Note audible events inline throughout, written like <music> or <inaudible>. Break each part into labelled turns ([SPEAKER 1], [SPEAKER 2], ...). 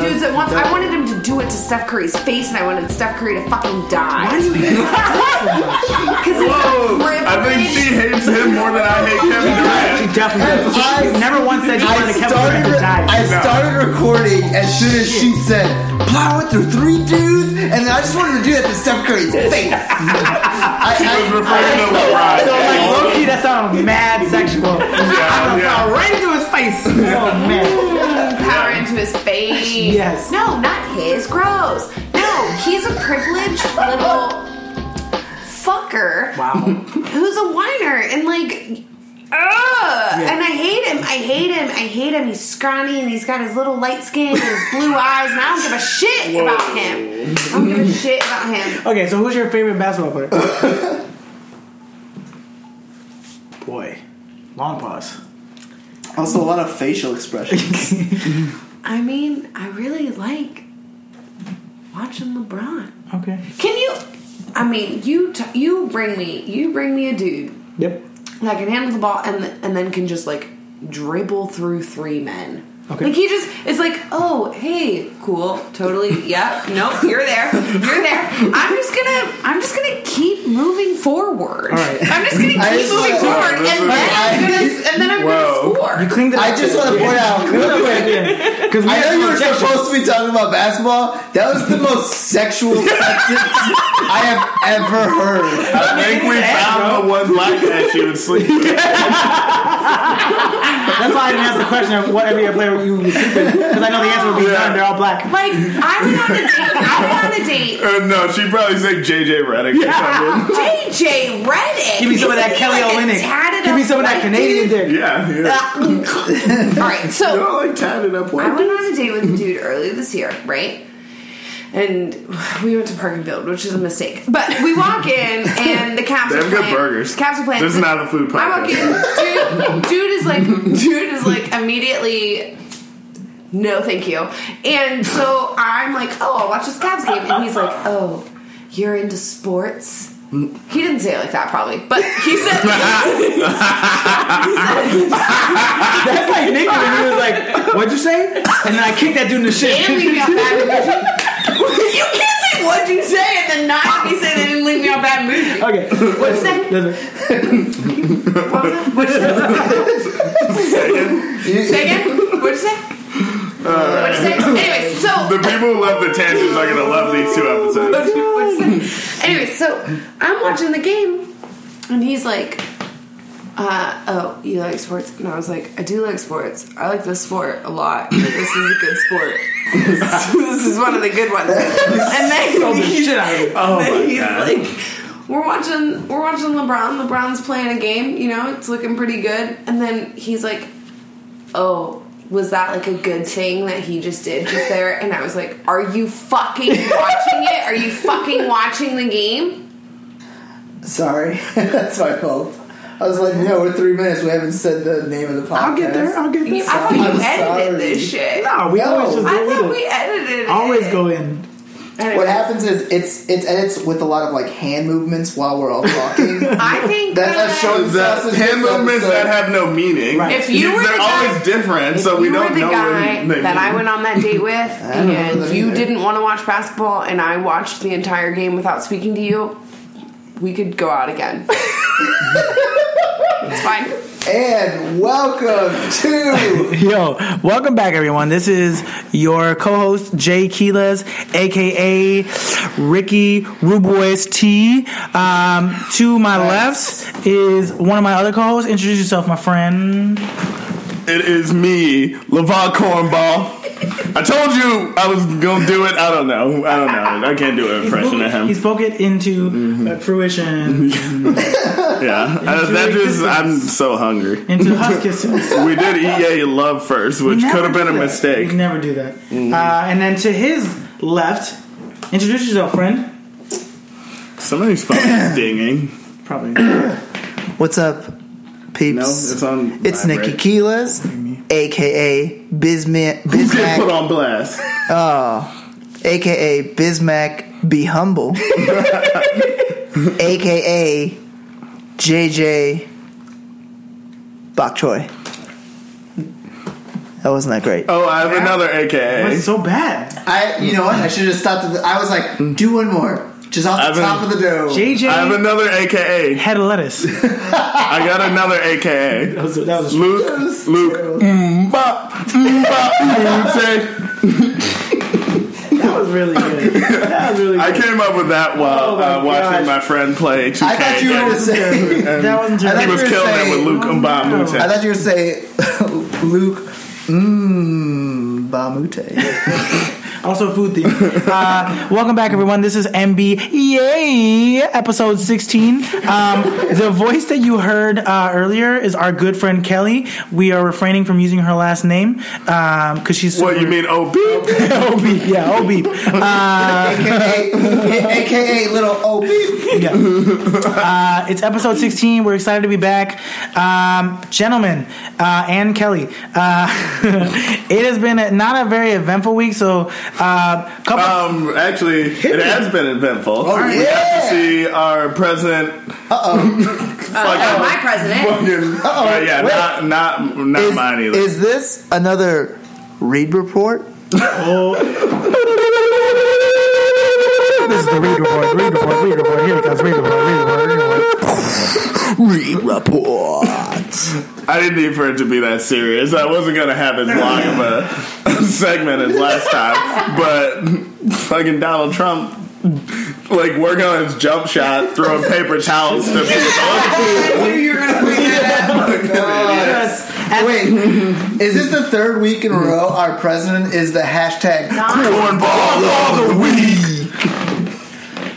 [SPEAKER 1] want, I wanted him to do it to Steph Curry's face, and I wanted Steph Curry to fucking die.
[SPEAKER 2] Why do you hate
[SPEAKER 1] Because he's
[SPEAKER 3] Whoa! I think she hates him more than I hate Kevin
[SPEAKER 4] <laughs>
[SPEAKER 3] Durant.
[SPEAKER 4] She definitely
[SPEAKER 2] And I-
[SPEAKER 4] She never once said she
[SPEAKER 2] I
[SPEAKER 4] wanted Kevin
[SPEAKER 2] started,
[SPEAKER 4] Durant to die.
[SPEAKER 2] I started recording as soon as she said, plowing through three dudes, and I just wanted to do that to Steph Curry's
[SPEAKER 4] <laughs>
[SPEAKER 2] face. I,
[SPEAKER 3] She was
[SPEAKER 2] I,
[SPEAKER 3] referring to LeBron.
[SPEAKER 4] So like low key, that sounded mad sexual.
[SPEAKER 3] Yeah, yeah.
[SPEAKER 4] Right into his face. Oh man.
[SPEAKER 1] power into his face.
[SPEAKER 4] <laughs> Yes.
[SPEAKER 1] No, not his. Gross. No, he's a privileged little fucker
[SPEAKER 4] Wow.
[SPEAKER 1] who's a whiner and like ugh and I hate him. I hate him. I hate him. He's scrawny and he's got his little light skin and his
[SPEAKER 4] <laughs>
[SPEAKER 1] blue eyes and I don't give a shit about him. I don't give a shit about him.
[SPEAKER 4] Okay, so who's your favorite basketball player? Boy, long pause.
[SPEAKER 5] Also, a lot of facial expressions.
[SPEAKER 1] I mean, I really like watching LeBron.
[SPEAKER 4] Okay.
[SPEAKER 1] Can you I mean, you t- you bring me you bring me a dude
[SPEAKER 4] Yep.
[SPEAKER 1] that can handle the ball and and then can just like dribble through three men.
[SPEAKER 4] Okay.
[SPEAKER 1] Like he just it's like, oh hey, cool, totally, yeah, nope, you're there, you're there. I'm just gonna I'm just gonna keep moving forward.
[SPEAKER 4] All right.
[SPEAKER 1] I'm just gonna keep
[SPEAKER 2] I just
[SPEAKER 1] moving
[SPEAKER 2] wanna-
[SPEAKER 1] forward, and then I'm gonna and then I'm
[SPEAKER 3] Whoa.
[SPEAKER 1] gonna
[SPEAKER 4] You
[SPEAKER 1] score.
[SPEAKER 4] cleaned it.
[SPEAKER 2] I just want to point out real quick.
[SPEAKER 4] Because we
[SPEAKER 2] I know
[SPEAKER 4] had
[SPEAKER 2] you were
[SPEAKER 4] conversation.
[SPEAKER 2] supposed to be talking about basketball. That was the most sexual sentence I have ever heard.
[SPEAKER 3] I think we found the one black guy she
[SPEAKER 4] <laughs>
[SPEAKER 3] would sleep with.
[SPEAKER 4] That's why I didn't ask the question of what every player you would sleep with. Because I know the answer would be
[SPEAKER 3] Yeah.
[SPEAKER 4] none. They're all black.
[SPEAKER 1] Like I went on a date. I went on a date.
[SPEAKER 3] Uh, no, she'd probably say JJ Redick
[SPEAKER 1] <laughs>
[SPEAKER 3] or something. <laughs>
[SPEAKER 1] JJ Reddick.
[SPEAKER 4] Give me some of
[SPEAKER 1] Isn't
[SPEAKER 4] that
[SPEAKER 1] he
[SPEAKER 4] Kelly
[SPEAKER 1] like a
[SPEAKER 4] Olynyk.
[SPEAKER 1] tatted
[SPEAKER 4] Give me
[SPEAKER 1] up
[SPEAKER 4] some of that
[SPEAKER 1] white
[SPEAKER 4] Canadian
[SPEAKER 1] dude?
[SPEAKER 4] dick.
[SPEAKER 3] Yeah,
[SPEAKER 1] <laughs>
[SPEAKER 3] yeah.
[SPEAKER 1] All right, so
[SPEAKER 4] Uh,
[SPEAKER 3] They're all like tatted up
[SPEAKER 1] I
[SPEAKER 3] white.
[SPEAKER 1] went on a date with a dude earlier this year, right? And we went to Park and Field, which is a mistake. But we walk in, and the Caps
[SPEAKER 3] They
[SPEAKER 1] are
[SPEAKER 3] have good
[SPEAKER 1] playing.
[SPEAKER 3] burgers.
[SPEAKER 1] Caps are playing.
[SPEAKER 3] This is not a food
[SPEAKER 1] I walk
[SPEAKER 3] podcast.
[SPEAKER 1] in. Dude, dude is like, dude is like immediately. No, thank you. And so I'm like, oh, I'll watch this Cavs game, and he's like, oh, you're into sports. He didn't say it like that, probably, but he
[SPEAKER 3] <laughs>
[SPEAKER 1] said,
[SPEAKER 4] That's like Nick when he was like, "What'd you say?" And then I kicked that dude in the shit.
[SPEAKER 1] and leave me out bad mood. You can't say what'd you say, and then not have me say they didn't leave me out bad mood.
[SPEAKER 4] Okay.
[SPEAKER 1] What you say?
[SPEAKER 4] Listen,
[SPEAKER 1] What was that? What you say? say again? What you say? What you say? Anyway, so
[SPEAKER 3] The people who love the tangents are gonna love these two episodes.
[SPEAKER 1] what you say? Anyway, so I'm watching the game, and he's like, uh, "Oh, you like sports?" And I was like, "I do like sports. I like this sport a lot. This is a good sport. this is one of the good ones." And then
[SPEAKER 4] the shit out of me.
[SPEAKER 3] Oh
[SPEAKER 1] And
[SPEAKER 3] my
[SPEAKER 1] he's
[SPEAKER 3] god.
[SPEAKER 1] like, we're watching, we're watching LeBron. LeBron's playing a game. You know, it's looking pretty good. And then he's like, "Oh, was that like a good thing that he just did just there?" And I was like, "Are you fucking watching it? Are you fucking watching the game?"
[SPEAKER 5] Sorry, <laughs> that's my fault. I was like, no, we're three minutes. We haven't said the name of the podcast.
[SPEAKER 4] I'll get there. I'll get
[SPEAKER 1] I
[SPEAKER 4] there.
[SPEAKER 1] thought you
[SPEAKER 5] I'm
[SPEAKER 1] edited
[SPEAKER 5] sorry.
[SPEAKER 1] this shit.
[SPEAKER 4] No, we always
[SPEAKER 5] No.
[SPEAKER 4] just
[SPEAKER 1] I
[SPEAKER 4] go
[SPEAKER 1] thought
[SPEAKER 4] with
[SPEAKER 1] we
[SPEAKER 4] it.
[SPEAKER 1] edited it.
[SPEAKER 4] Always go in.
[SPEAKER 1] Anyway,
[SPEAKER 5] What happens is it's it's edits with a lot of like hand movements while we're all
[SPEAKER 1] <laughs>
[SPEAKER 5] talking.
[SPEAKER 1] I think
[SPEAKER 5] That's
[SPEAKER 1] that
[SPEAKER 5] a show
[SPEAKER 3] The hand movements that have no meaning.
[SPEAKER 4] Right.
[SPEAKER 1] If you were
[SPEAKER 3] they're
[SPEAKER 1] the guy-
[SPEAKER 3] always different,
[SPEAKER 1] If
[SPEAKER 3] <laughs> so we
[SPEAKER 1] you
[SPEAKER 3] don't
[SPEAKER 1] were the
[SPEAKER 3] know
[SPEAKER 1] guy
[SPEAKER 3] when they
[SPEAKER 1] that I
[SPEAKER 3] mean.
[SPEAKER 1] went on that date with,
[SPEAKER 5] don't know
[SPEAKER 1] and
[SPEAKER 5] that
[SPEAKER 1] you
[SPEAKER 5] either.
[SPEAKER 1] didn't want to watch basketball, and I watched the entire game without speaking to you, we could go out again. it's fine.
[SPEAKER 5] And welcome to
[SPEAKER 4] Yo, welcome back, everyone. This is your co-host Jay Keelas, aka Ricky Rubois T. Um, to my left is one of my other co-hosts. Introduce yourself, my friend.
[SPEAKER 3] It is me, LeVar Cornball.
[SPEAKER 4] <laughs>
[SPEAKER 3] I told you I was gonna do it. I don't know. I don't know. I can't do an impression of him.
[SPEAKER 4] He spoke it into uh, fruition,
[SPEAKER 5] <laughs>
[SPEAKER 3] Yeah, Uh, that just I'm so hungry.
[SPEAKER 4] into huskisses.
[SPEAKER 3] We did EA Love first, which
[SPEAKER 4] Never
[SPEAKER 3] could have been
[SPEAKER 4] do
[SPEAKER 3] a
[SPEAKER 4] that.
[SPEAKER 3] mistake. Mm-hmm.
[SPEAKER 4] We never do that. Uh, and then to his left, introduce yourself, friend.
[SPEAKER 3] Somebody's phone
[SPEAKER 5] <coughs>
[SPEAKER 3] is dinging. <clears throat>
[SPEAKER 4] Probably.
[SPEAKER 5] What's up, peeps?
[SPEAKER 3] No, it's on.
[SPEAKER 5] It's Nikki
[SPEAKER 3] vibrate.
[SPEAKER 5] Keelas, aka <laughs> Bismack,
[SPEAKER 3] Who's getting put
[SPEAKER 5] Bismack,
[SPEAKER 3] on blast?
[SPEAKER 5] aka Bismack. Be <laughs> humble, aka JJ Bok Choy. That wasn't that great.
[SPEAKER 3] Oh, I have another AKA.
[SPEAKER 4] It's so bad.
[SPEAKER 5] I, you know what? I should have stopped. At the, I was like, do one more, just off
[SPEAKER 3] I've
[SPEAKER 5] the
[SPEAKER 3] been-
[SPEAKER 5] top of the dome.
[SPEAKER 3] I have
[SPEAKER 4] JJ
[SPEAKER 3] another AKA.
[SPEAKER 4] had
[SPEAKER 3] <laughs>
[SPEAKER 4] lettuce. that
[SPEAKER 3] I got another AKA.
[SPEAKER 4] was, that was
[SPEAKER 3] Luke, Luke, mbop, mbop, Mute.
[SPEAKER 4] That was really good. That was really good.
[SPEAKER 3] I came up with that while
[SPEAKER 4] Oh my
[SPEAKER 3] uh, watching
[SPEAKER 4] gosh.
[SPEAKER 3] my friend play 2K.
[SPEAKER 5] I thought you were gonna say.
[SPEAKER 4] that wasn't
[SPEAKER 5] I
[SPEAKER 3] um, he
[SPEAKER 4] terrible.
[SPEAKER 5] thought
[SPEAKER 3] was
[SPEAKER 5] you were
[SPEAKER 3] killing it
[SPEAKER 5] saying-
[SPEAKER 3] with Luke Mbop
[SPEAKER 4] no.
[SPEAKER 3] Mute.
[SPEAKER 5] I thought you were say <laughs> Luke. Mmm, Bamute.
[SPEAKER 4] Also, food theme.
[SPEAKER 3] <laughs>
[SPEAKER 4] Uh, welcome back, everyone. This is MB Yay episode sixteen. Um, the voice that you heard uh, earlier is our good friend Kelly. We are refraining from using her last name because she's
[SPEAKER 3] What
[SPEAKER 4] super- <laughs>
[SPEAKER 3] you mean? Oh, beep.
[SPEAKER 4] Oh beep, yeah, oh beep.
[SPEAKER 5] AKA, AKA little oh beep.
[SPEAKER 3] <laughs>
[SPEAKER 4] Yeah. Uh, it's episode 16. We're excited to be back. Um, gentlemen, uh, and Kelly, uh, <laughs> it has been a, not a very eventful week, so uh, couple.
[SPEAKER 3] Um, actually, it has been eventful. We
[SPEAKER 5] yeah.
[SPEAKER 3] got to see our president. <laughs>
[SPEAKER 1] Uh, my president.
[SPEAKER 3] Fucking, uh, yeah,
[SPEAKER 5] wait.
[SPEAKER 3] not not not
[SPEAKER 5] Is,
[SPEAKER 3] mine either.
[SPEAKER 5] is this another read report?
[SPEAKER 4] this is the read report, read report, read report. Here it comes, read report, read report, read report.
[SPEAKER 5] Read report.
[SPEAKER 3] I didn't need for it to be that serious. I wasn't gonna have as long of a <laughs> segment as last time, but fucking Donald Trump, like working on his jump shot, throwing paper towels to people.
[SPEAKER 1] I knew you were gonna bring
[SPEAKER 5] <laughs>
[SPEAKER 1] that up.
[SPEAKER 4] Yes. And-
[SPEAKER 5] Oh Wait, is this the third week in a row
[SPEAKER 1] Mm-hmm.
[SPEAKER 5] our president is the hashtag
[SPEAKER 3] Cornball all the week.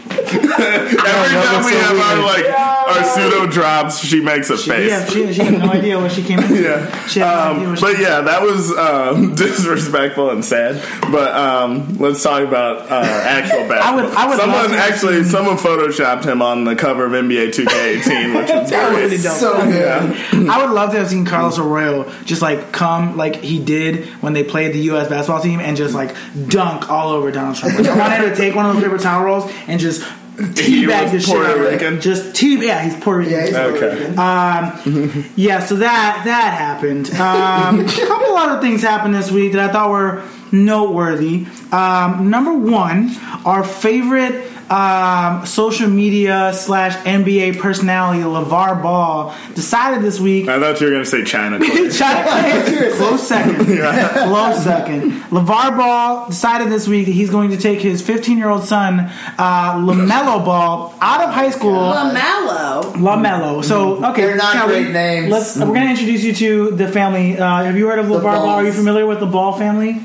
[SPEAKER 3] Every time we have our like our pseudo drops, she makes a face.
[SPEAKER 4] Yeah, she, she had no idea when she came in.
[SPEAKER 3] <laughs> Yeah.
[SPEAKER 4] She had no idea
[SPEAKER 3] Um,
[SPEAKER 4] when she
[SPEAKER 3] but yeah, that was um, <laughs> disrespectful and sad. But um, let's talk about uh, actual basketball.
[SPEAKER 4] I would- I would love
[SPEAKER 3] someone
[SPEAKER 4] to-
[SPEAKER 3] actually someone photoshopped him on the cover of NBA <laughs> 2K18, which was
[SPEAKER 4] That was
[SPEAKER 3] great.
[SPEAKER 4] really dope.
[SPEAKER 5] so good?
[SPEAKER 4] I would love to have seen Carlos Arroyo just like come like he did when they played the U.S. basketball team and just like dunk all over Donald Trump. Like, I wanted to take one of those paper towel rolls and just
[SPEAKER 3] He
[SPEAKER 4] teabag
[SPEAKER 3] was
[SPEAKER 4] the shit out
[SPEAKER 3] Puerto
[SPEAKER 4] of him.
[SPEAKER 3] Rican?
[SPEAKER 4] Just tea. Yeah, he's Puerto Rican.
[SPEAKER 5] Yeah, he's
[SPEAKER 3] Okay.
[SPEAKER 4] Yeah, so that that happened. Um, a couple other things happened this week that I thought were noteworthy. Um, number one, our favorite um, social media slash NBA personality, LeVar Ball, decided this week
[SPEAKER 3] I thought you were gonna say China. Corey.
[SPEAKER 4] China plays close second. Close second. LeVar Ball decided this week that he's going to take his 15 year old son, uh, LaMelo Ball, out of high school.
[SPEAKER 1] Lamello.
[SPEAKER 4] LaMelo. So, okay.
[SPEAKER 5] Mm-hmm. They're not
[SPEAKER 4] shall we-
[SPEAKER 5] great names. Mm-hmm.
[SPEAKER 4] Let's, We're going to introduce you to the family. Uh, have you heard of LeVar Ball? Are you
[SPEAKER 5] Balls.
[SPEAKER 4] familiar with the Ball family?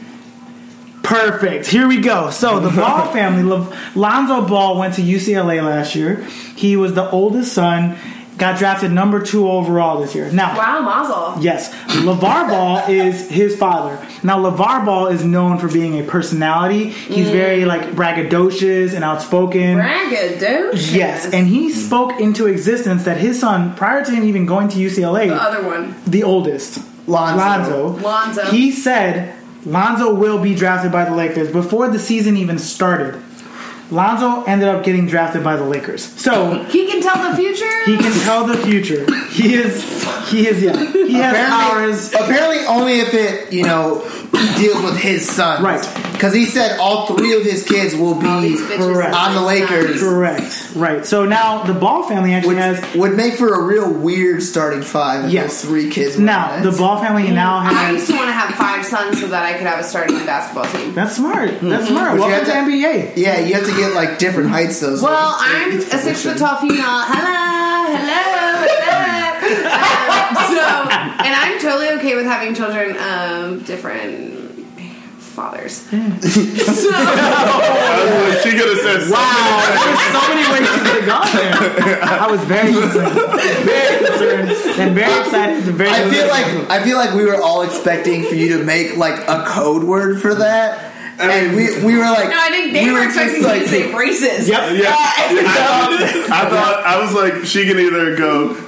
[SPEAKER 4] Perfect. Here we go. So
[SPEAKER 5] <laughs>
[SPEAKER 4] the Ball family, Le- Lonzo Ball went to UCLA last year. He was the oldest son, got drafted number two overall this year. Now,
[SPEAKER 1] Wow, Mazel.
[SPEAKER 4] Yes, LeVar Ball is his father. Now, LeVar Ball is known for being a personality. He's very like braggadocious and outspoken.
[SPEAKER 1] Braggadocious.
[SPEAKER 4] Yes, and he
[SPEAKER 5] Mm-hmm.
[SPEAKER 4] spoke into existence that his son, prior to him even going to UCLA,
[SPEAKER 1] the other one.
[SPEAKER 4] the oldest,
[SPEAKER 5] Uh,
[SPEAKER 4] Lonzo,
[SPEAKER 5] Lonzo.
[SPEAKER 1] Lonzo.
[SPEAKER 4] he said Lonzo will be drafted by the Lakers before the season even started. Lonzo ended up getting drafted by the Lakers. So
[SPEAKER 1] He can tell the future.
[SPEAKER 4] he can tell the future. He is, he is, yeah. He has powers.
[SPEAKER 5] Apparently, apparently only if it you know deals with his son,
[SPEAKER 4] Right.
[SPEAKER 5] Because he said all three of his kids will
[SPEAKER 1] All
[SPEAKER 5] be
[SPEAKER 1] these bitches
[SPEAKER 4] correct.
[SPEAKER 5] on the Lakers.
[SPEAKER 4] Correct. Right. So now the Ball family actually
[SPEAKER 5] Which
[SPEAKER 4] has.
[SPEAKER 5] would make for a real weird starting five. If
[SPEAKER 4] Yes.
[SPEAKER 5] those three kids. were
[SPEAKER 4] Now
[SPEAKER 5] on
[SPEAKER 4] the
[SPEAKER 5] it.
[SPEAKER 4] Ball family now
[SPEAKER 1] I used
[SPEAKER 4] has.
[SPEAKER 1] to want to have five sons so that I could have a starting basketball team.
[SPEAKER 4] That's smart. That's smart.
[SPEAKER 5] But Hmm. you
[SPEAKER 4] Welcome
[SPEAKER 5] have
[SPEAKER 4] to
[SPEAKER 5] to-
[SPEAKER 4] NBA.
[SPEAKER 5] Yeah, you have to get like different heights. Those.
[SPEAKER 1] Well,
[SPEAKER 5] ones.
[SPEAKER 1] I'm a six foot tall female. Hello, hello, what's up? Um, so, and I'm totally okay with having children um, different fathers. so,
[SPEAKER 3] I was <laughs> like, she could have said something.
[SPEAKER 4] so many ways to get it gone there. I was very concerned. Very concerned. And very excited. And very
[SPEAKER 5] I feel like I feel like we were all expecting for you to make like a code word for that, and we we were like,
[SPEAKER 1] no, I think they
[SPEAKER 5] we
[SPEAKER 1] were
[SPEAKER 5] just
[SPEAKER 1] expecting me to say braces.
[SPEAKER 4] Yep.
[SPEAKER 3] Yeah. I, thought, I thought I was like, she can either go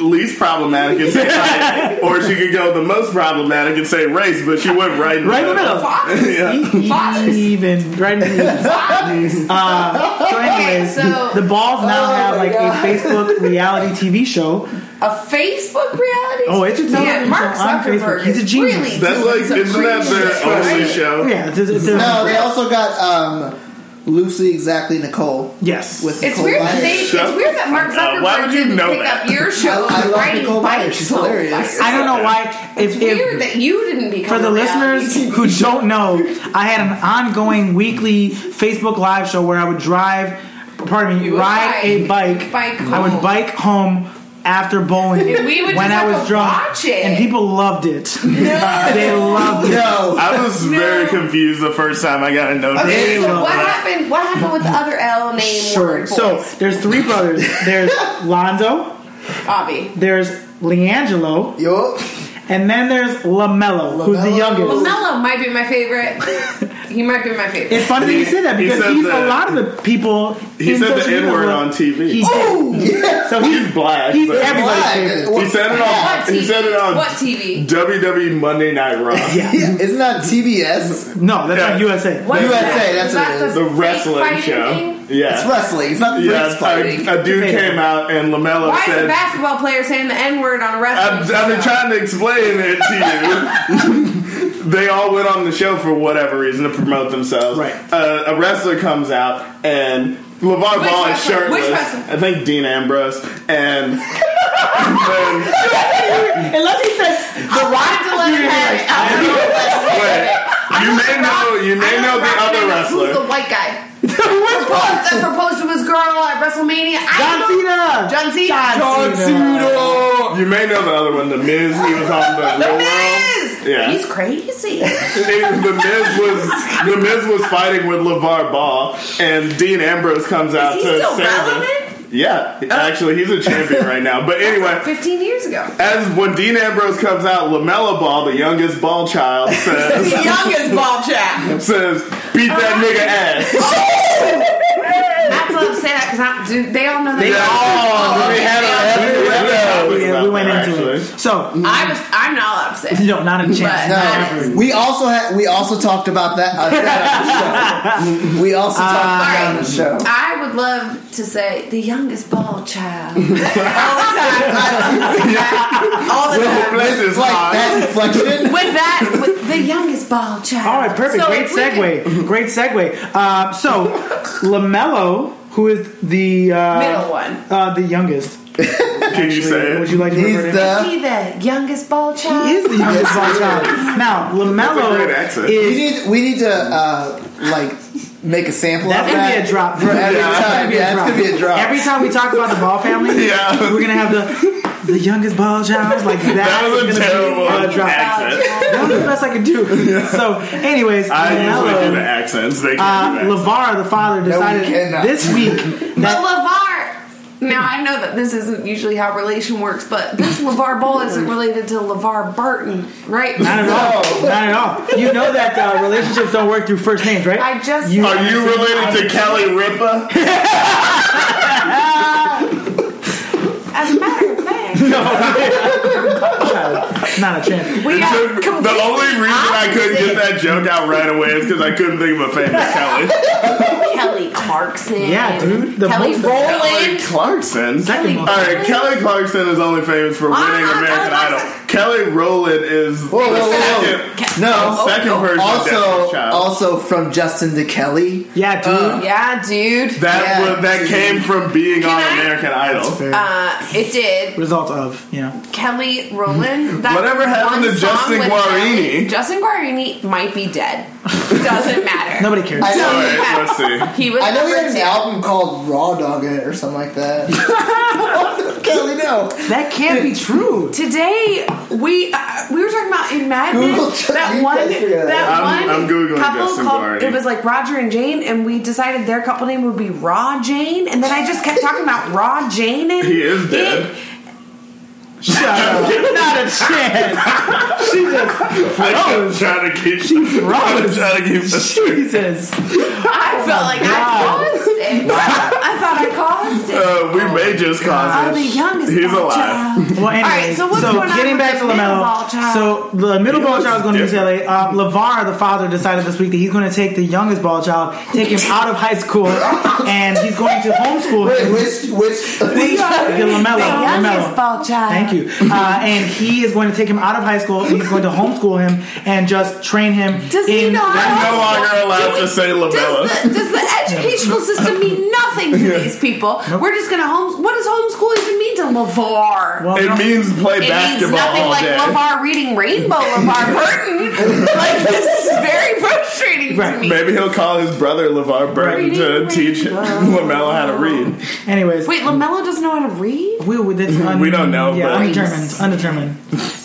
[SPEAKER 3] least problematic and <laughs> say height, or she could go the most problematic and say race, but she went right in
[SPEAKER 4] Right in the middle.
[SPEAKER 1] Fathers.
[SPEAKER 3] Yeah.
[SPEAKER 1] Fathers.
[SPEAKER 4] Even right in the uh, so anyways,
[SPEAKER 1] Okay, so-
[SPEAKER 4] the balls now
[SPEAKER 5] Oh
[SPEAKER 4] have
[SPEAKER 5] my
[SPEAKER 4] like
[SPEAKER 5] God.
[SPEAKER 4] a Facebook reality TV show
[SPEAKER 1] a Facebook reality.
[SPEAKER 4] Oh, it's a
[SPEAKER 1] Man,
[SPEAKER 4] television
[SPEAKER 1] Mark
[SPEAKER 4] show on
[SPEAKER 1] Zuckerberg.
[SPEAKER 4] Facebook. He's a
[SPEAKER 1] is
[SPEAKER 4] genius.
[SPEAKER 1] Really
[SPEAKER 3] That's
[SPEAKER 1] doing
[SPEAKER 3] like
[SPEAKER 1] some
[SPEAKER 3] isn't
[SPEAKER 1] crazy
[SPEAKER 3] that
[SPEAKER 1] shit,
[SPEAKER 3] their only
[SPEAKER 1] right?
[SPEAKER 3] show?
[SPEAKER 4] Oh, Yeah, there's, there's,
[SPEAKER 5] No, they also got um, Lucy exactly Nicole.
[SPEAKER 4] yes.
[SPEAKER 5] With
[SPEAKER 1] It's
[SPEAKER 5] Nicole
[SPEAKER 1] weird that
[SPEAKER 5] Byers.
[SPEAKER 1] they. It's
[SPEAKER 3] Shut
[SPEAKER 1] weird that Mark
[SPEAKER 3] the fuck up.
[SPEAKER 1] Zuckerberg
[SPEAKER 3] Why would you
[SPEAKER 1] didn't
[SPEAKER 3] know
[SPEAKER 1] pick
[SPEAKER 3] that?
[SPEAKER 1] up your show.
[SPEAKER 5] <laughs> I- I
[SPEAKER 1] for
[SPEAKER 5] love
[SPEAKER 1] riding
[SPEAKER 5] Nicole Byers.
[SPEAKER 1] bikes
[SPEAKER 5] She's
[SPEAKER 1] all by
[SPEAKER 5] hilarious.
[SPEAKER 4] I don't know why. If,
[SPEAKER 1] It's
[SPEAKER 4] if
[SPEAKER 1] weird that you didn't become
[SPEAKER 4] for the
[SPEAKER 1] a reality
[SPEAKER 4] listeners who don't know, I had an ongoing weekly Facebook live show where I would drive, pardon me,
[SPEAKER 1] You would
[SPEAKER 4] ride a
[SPEAKER 1] bike.
[SPEAKER 4] bike.
[SPEAKER 1] Bike
[SPEAKER 4] I would
[SPEAKER 1] home.
[SPEAKER 4] bike home after bowling
[SPEAKER 1] And we would just
[SPEAKER 4] when I
[SPEAKER 1] have
[SPEAKER 4] was
[SPEAKER 1] to
[SPEAKER 4] drunk,
[SPEAKER 1] watch it.
[SPEAKER 4] and people loved it. <laughs> they loved it.
[SPEAKER 5] No.
[SPEAKER 3] I was very confused the first time I got a note.
[SPEAKER 1] Okay,
[SPEAKER 4] They
[SPEAKER 1] so
[SPEAKER 4] love
[SPEAKER 1] what
[SPEAKER 4] it.
[SPEAKER 1] happened? What happened with the other L name
[SPEAKER 4] Sure.
[SPEAKER 1] word?
[SPEAKER 4] So
[SPEAKER 1] boys?
[SPEAKER 4] there's three brothers.
[SPEAKER 1] <laughs>
[SPEAKER 4] There's Lonzo.
[SPEAKER 1] Bobby.
[SPEAKER 4] There's Leangelo,
[SPEAKER 5] Yo. <laughs>
[SPEAKER 4] and then there's Lamelo, who's the
[SPEAKER 5] LaMelo.
[SPEAKER 4] youngest.
[SPEAKER 1] Lamelo might be my favorite. he might be my favorite.
[SPEAKER 4] It's funny that you said that
[SPEAKER 3] He
[SPEAKER 4] because
[SPEAKER 3] said
[SPEAKER 4] he's a
[SPEAKER 3] the-
[SPEAKER 4] lot of the people.
[SPEAKER 3] He
[SPEAKER 4] in
[SPEAKER 3] said the
[SPEAKER 4] social media
[SPEAKER 3] N-word
[SPEAKER 4] world-
[SPEAKER 3] on TV.
[SPEAKER 1] Oh,
[SPEAKER 3] <laughs>
[SPEAKER 4] He did.
[SPEAKER 5] Yeah.
[SPEAKER 4] So he's
[SPEAKER 3] He's black,
[SPEAKER 4] He's
[SPEAKER 3] but-
[SPEAKER 4] everybody's
[SPEAKER 5] Black.
[SPEAKER 4] favorite.
[SPEAKER 3] He said it on.
[SPEAKER 1] What
[SPEAKER 3] He
[SPEAKER 1] TV?
[SPEAKER 3] said it on
[SPEAKER 1] What TV?
[SPEAKER 3] WWE Monday Night Raw.
[SPEAKER 5] Yeah, Isn't that TBS?
[SPEAKER 4] No, that's
[SPEAKER 3] Yeah.
[SPEAKER 4] not USA.
[SPEAKER 1] What is
[SPEAKER 5] USA,
[SPEAKER 1] that?
[SPEAKER 5] that's
[SPEAKER 1] Is
[SPEAKER 5] what
[SPEAKER 1] that
[SPEAKER 5] it is.
[SPEAKER 3] The
[SPEAKER 1] fake
[SPEAKER 3] wrestling
[SPEAKER 1] fighting
[SPEAKER 3] show.
[SPEAKER 1] thing?
[SPEAKER 5] It's
[SPEAKER 3] Yeah.
[SPEAKER 5] wrestling. It's not the
[SPEAKER 3] Yeah,
[SPEAKER 5] yeah, fighting.
[SPEAKER 3] a, a dude came out and LaMelo
[SPEAKER 1] Why is
[SPEAKER 3] said,
[SPEAKER 1] a basketball player saying the N word on a
[SPEAKER 3] I've,
[SPEAKER 1] wrestling
[SPEAKER 3] I've been
[SPEAKER 1] show?
[SPEAKER 3] trying to explain it to you. <laughs> they all went on the show for whatever reason to promote themselves.
[SPEAKER 4] Right.
[SPEAKER 3] Uh, a wrestler comes out and LeVar
[SPEAKER 1] Which
[SPEAKER 3] Ball is
[SPEAKER 1] wrestler?
[SPEAKER 3] shirtless.
[SPEAKER 1] Which wrestler?
[SPEAKER 3] I think Dean Ambrose.
[SPEAKER 1] <laughs>
[SPEAKER 3] And then,
[SPEAKER 4] Unless he says the Rock
[SPEAKER 1] to let him have
[SPEAKER 3] <laughs>
[SPEAKER 1] it. I don't know what-
[SPEAKER 3] wait, you may know, you
[SPEAKER 1] I
[SPEAKER 3] may know the
[SPEAKER 1] Rock
[SPEAKER 3] other
[SPEAKER 1] Johnson,
[SPEAKER 3] wrestler.
[SPEAKER 1] Who's the white guy? Proposed- that proposed to his girl at WrestleMania.
[SPEAKER 4] John Cena.
[SPEAKER 1] John Cena.
[SPEAKER 4] John
[SPEAKER 3] You may know the other one, The Miz. He was on the,
[SPEAKER 1] The
[SPEAKER 3] Real
[SPEAKER 1] Miz.
[SPEAKER 3] World. Yeah,
[SPEAKER 1] He's crazy.
[SPEAKER 3] And the Miz was the Miz was fighting with LeVar Ball, and Dean Ambrose comes out
[SPEAKER 1] he
[SPEAKER 3] to
[SPEAKER 1] still
[SPEAKER 3] save him.
[SPEAKER 1] relevant?
[SPEAKER 3] Yeah, actually, he's a champion right now. But anyway,
[SPEAKER 1] Fifteen years ago.
[SPEAKER 3] as when Dean Ambrose comes out, Lamella Ball, the youngest ball
[SPEAKER 4] <laughs>
[SPEAKER 3] child, says
[SPEAKER 1] youngest ball chap.
[SPEAKER 3] says beat
[SPEAKER 4] Uh,
[SPEAKER 3] that nigga
[SPEAKER 4] <laughs>
[SPEAKER 3] ass.
[SPEAKER 1] That's what I'm saying. Because dude, they all know that.
[SPEAKER 3] Yeah. Oh, we had a- we had a topic
[SPEAKER 4] Yeah,
[SPEAKER 3] about
[SPEAKER 4] we went
[SPEAKER 3] that,
[SPEAKER 4] into
[SPEAKER 3] actually.
[SPEAKER 4] it. So
[SPEAKER 1] I was. I'm not upset.
[SPEAKER 4] no, not a chance.
[SPEAKER 1] But-
[SPEAKER 4] Not
[SPEAKER 1] That
[SPEAKER 5] No,
[SPEAKER 4] ever.
[SPEAKER 5] we also had we also talked about that. On that show. <laughs> We also
[SPEAKER 1] Uh,
[SPEAKER 5] talked about that on the show.
[SPEAKER 1] I would love to say the youngest ball
[SPEAKER 4] <laughs>
[SPEAKER 1] child. all the time. I don't say that. All the time.
[SPEAKER 3] Bless his
[SPEAKER 5] It's like
[SPEAKER 3] heart.
[SPEAKER 5] that inflection.
[SPEAKER 1] With that, with the youngest ball child.
[SPEAKER 4] All right, perfect.
[SPEAKER 1] So
[SPEAKER 4] Great
[SPEAKER 1] if we can-
[SPEAKER 4] segue. <laughs> Great segue. Uh, so
[SPEAKER 1] <laughs>
[SPEAKER 4] Lamelo, who is the uh,
[SPEAKER 1] Middle one.
[SPEAKER 4] uh, the youngest.
[SPEAKER 3] Can you say
[SPEAKER 4] Would
[SPEAKER 3] it?
[SPEAKER 4] you like to refer to
[SPEAKER 5] He's
[SPEAKER 4] him?
[SPEAKER 5] the.
[SPEAKER 1] He the youngest ball child.
[SPEAKER 4] He is the youngest
[SPEAKER 5] Yes,
[SPEAKER 4] by
[SPEAKER 3] <laughs>
[SPEAKER 5] he
[SPEAKER 4] child. Now
[SPEAKER 3] That's a great accent.
[SPEAKER 4] Lamelo
[SPEAKER 5] We
[SPEAKER 4] is.
[SPEAKER 5] need we need to uh, like make a sample.
[SPEAKER 4] That's
[SPEAKER 5] of
[SPEAKER 4] gonna
[SPEAKER 5] that
[SPEAKER 4] be a drop
[SPEAKER 5] for every
[SPEAKER 3] Yeah.
[SPEAKER 5] time. Yeah, it's gonna be a drop.
[SPEAKER 4] Every time we talk about the Ball family,
[SPEAKER 3] <laughs> Yeah.
[SPEAKER 4] we're gonna have the the youngest Ball child like that.
[SPEAKER 3] That was
[SPEAKER 4] is
[SPEAKER 3] a
[SPEAKER 4] gonna be
[SPEAKER 3] terrible
[SPEAKER 4] a drop.
[SPEAKER 3] accent.
[SPEAKER 4] That was the best I could
[SPEAKER 3] <laughs>
[SPEAKER 4] do. So, anyways,
[SPEAKER 3] I usually do the
[SPEAKER 4] Lamelo,
[SPEAKER 3] accents. They
[SPEAKER 4] uh,
[SPEAKER 3] can't do that.
[SPEAKER 4] Lavar, the father, decided
[SPEAKER 5] cannot.
[SPEAKER 4] this week
[SPEAKER 3] <laughs>
[SPEAKER 1] But
[SPEAKER 4] that
[SPEAKER 1] LeVar. Now I know that this isn't usually how relation works, but this LeVar Ball isn't related to LeVar Burton, right?
[SPEAKER 4] not at all, not at all. You know that uh, relationships don't work through first names, right?
[SPEAKER 1] I just-
[SPEAKER 3] Are you related to Kelly Ripa?
[SPEAKER 4] <laughs>
[SPEAKER 1] As a matter of fact,
[SPEAKER 4] Not a chance.
[SPEAKER 1] we
[SPEAKER 3] The
[SPEAKER 1] are
[SPEAKER 3] only reason I couldn't get that joke out right away is because I couldn't think of a famous Kelly.
[SPEAKER 1] Kelly Clarkson.
[SPEAKER 4] Yeah, dude. The
[SPEAKER 1] Kelly
[SPEAKER 4] most-
[SPEAKER 3] Kelly
[SPEAKER 1] Rowland.
[SPEAKER 3] Clarkson.
[SPEAKER 4] Second
[SPEAKER 3] All
[SPEAKER 4] most-
[SPEAKER 3] right, Kelly Clarkson is only famous for
[SPEAKER 1] Uh-uh,
[SPEAKER 3] winning American
[SPEAKER 1] Kelly
[SPEAKER 3] Idol.
[SPEAKER 1] Clarkson.
[SPEAKER 3] Kelly Rowland is
[SPEAKER 5] Whoa, whoa, whoa, whoa.
[SPEAKER 3] second,
[SPEAKER 1] Oh,
[SPEAKER 5] No.
[SPEAKER 3] second person
[SPEAKER 5] Also,
[SPEAKER 3] Destiny's Child.
[SPEAKER 5] also from Justin to Kelly.
[SPEAKER 4] Yeah, dude.
[SPEAKER 1] Yeah, dude.
[SPEAKER 3] that
[SPEAKER 5] yeah.
[SPEAKER 3] was, that came from being on
[SPEAKER 1] I-
[SPEAKER 3] American Idol.
[SPEAKER 4] Fair.
[SPEAKER 1] Uh, it did.
[SPEAKER 4] Result of you know.
[SPEAKER 1] Kelly Rowland. That
[SPEAKER 3] Whatever happened
[SPEAKER 1] one
[SPEAKER 3] to
[SPEAKER 1] song
[SPEAKER 3] Justin
[SPEAKER 1] with
[SPEAKER 3] Guarini?
[SPEAKER 1] Kelly- Justin Guarini might be dead. Doesn't matter.
[SPEAKER 4] Nobody cares.
[SPEAKER 5] I
[SPEAKER 3] All
[SPEAKER 5] know,
[SPEAKER 3] right, let's see.
[SPEAKER 1] He was.
[SPEAKER 5] I know he
[SPEAKER 1] number
[SPEAKER 5] had an
[SPEAKER 1] two.
[SPEAKER 5] album called Raw Dog in it or something like that.
[SPEAKER 4] <laughs>
[SPEAKER 5] Kelly, no.
[SPEAKER 4] That can't be true.
[SPEAKER 1] Today we uh, we were talking about in Mad Men
[SPEAKER 5] Google
[SPEAKER 1] that
[SPEAKER 5] Ju-
[SPEAKER 1] one
[SPEAKER 5] you guys figure that
[SPEAKER 1] that
[SPEAKER 3] out. I'm-
[SPEAKER 1] one
[SPEAKER 3] I'm Googling
[SPEAKER 1] couple
[SPEAKER 3] Justin
[SPEAKER 1] called
[SPEAKER 3] Guarini.
[SPEAKER 1] it was like Roger and Jane, and we decided their couple name would be Raw Jane, and then I just kept talking about Raw Jane.
[SPEAKER 3] <laughs>
[SPEAKER 1] And
[SPEAKER 3] He is dead.
[SPEAKER 1] it.
[SPEAKER 4] Shut up. Not a chance. She just
[SPEAKER 3] I'm
[SPEAKER 4] froze.
[SPEAKER 3] trying to keep. I'm
[SPEAKER 4] froze.
[SPEAKER 3] trying to keep the
[SPEAKER 4] Jesus.
[SPEAKER 3] Oh
[SPEAKER 1] I felt like
[SPEAKER 4] God.
[SPEAKER 3] <laughs>
[SPEAKER 1] I caused it. I thought I caused it.
[SPEAKER 3] uh, we may just
[SPEAKER 1] I'm
[SPEAKER 3] cause
[SPEAKER 1] Oh, the
[SPEAKER 3] it.
[SPEAKER 1] youngest.
[SPEAKER 3] He's
[SPEAKER 1] ball
[SPEAKER 3] alive.
[SPEAKER 1] child.
[SPEAKER 4] Well, anyway,
[SPEAKER 1] Alright, so what's going on
[SPEAKER 4] getting
[SPEAKER 1] with
[SPEAKER 4] back
[SPEAKER 1] the
[SPEAKER 4] to
[SPEAKER 1] middle ball
[SPEAKER 4] Lamelo,
[SPEAKER 1] child?
[SPEAKER 4] so the middle ball child is going to
[SPEAKER 3] Yeah.
[SPEAKER 4] UCLA. Uh, Lavar, the father, decided this week that he's going to take the youngest ball child, take him out of high school, and he's going to homeschool him.
[SPEAKER 5] Wait, which
[SPEAKER 4] <laughs>
[SPEAKER 5] which?
[SPEAKER 4] The Lamelo,
[SPEAKER 1] The youngest
[SPEAKER 4] Lamelo.
[SPEAKER 1] ball child.
[SPEAKER 4] Thank you. Uh, and he is going to take him out of high school. and He's going to homeschool him and just train him.
[SPEAKER 1] Does
[SPEAKER 4] in
[SPEAKER 1] he know how
[SPEAKER 3] I'm
[SPEAKER 1] to
[SPEAKER 3] no longer allowed
[SPEAKER 1] Do
[SPEAKER 3] to say Labella.
[SPEAKER 1] Does the, does the educational system mean nothing to these people? We're just gonna home. What does homeschool even mean to Lavar?
[SPEAKER 4] Well,
[SPEAKER 3] It means play
[SPEAKER 1] it means
[SPEAKER 3] basketball
[SPEAKER 1] nothing
[SPEAKER 3] all
[SPEAKER 1] like
[SPEAKER 3] day.
[SPEAKER 1] Lavar reading Rainbow Lavar
[SPEAKER 3] <laughs>
[SPEAKER 1] Burton. like this is very frustrating
[SPEAKER 4] Right.
[SPEAKER 1] to me.
[SPEAKER 3] Maybe he'll call his brother LeVar Burton
[SPEAKER 1] Reading
[SPEAKER 3] to
[SPEAKER 1] rainbow.
[SPEAKER 3] teach Lamelo how to read.
[SPEAKER 4] anyways,
[SPEAKER 1] Wait, Lamelo doesn't know how to read.
[SPEAKER 4] We, we, that's un-
[SPEAKER 3] We don't know,
[SPEAKER 4] Yeah,
[SPEAKER 3] but-
[SPEAKER 4] undetermined. Undetermined.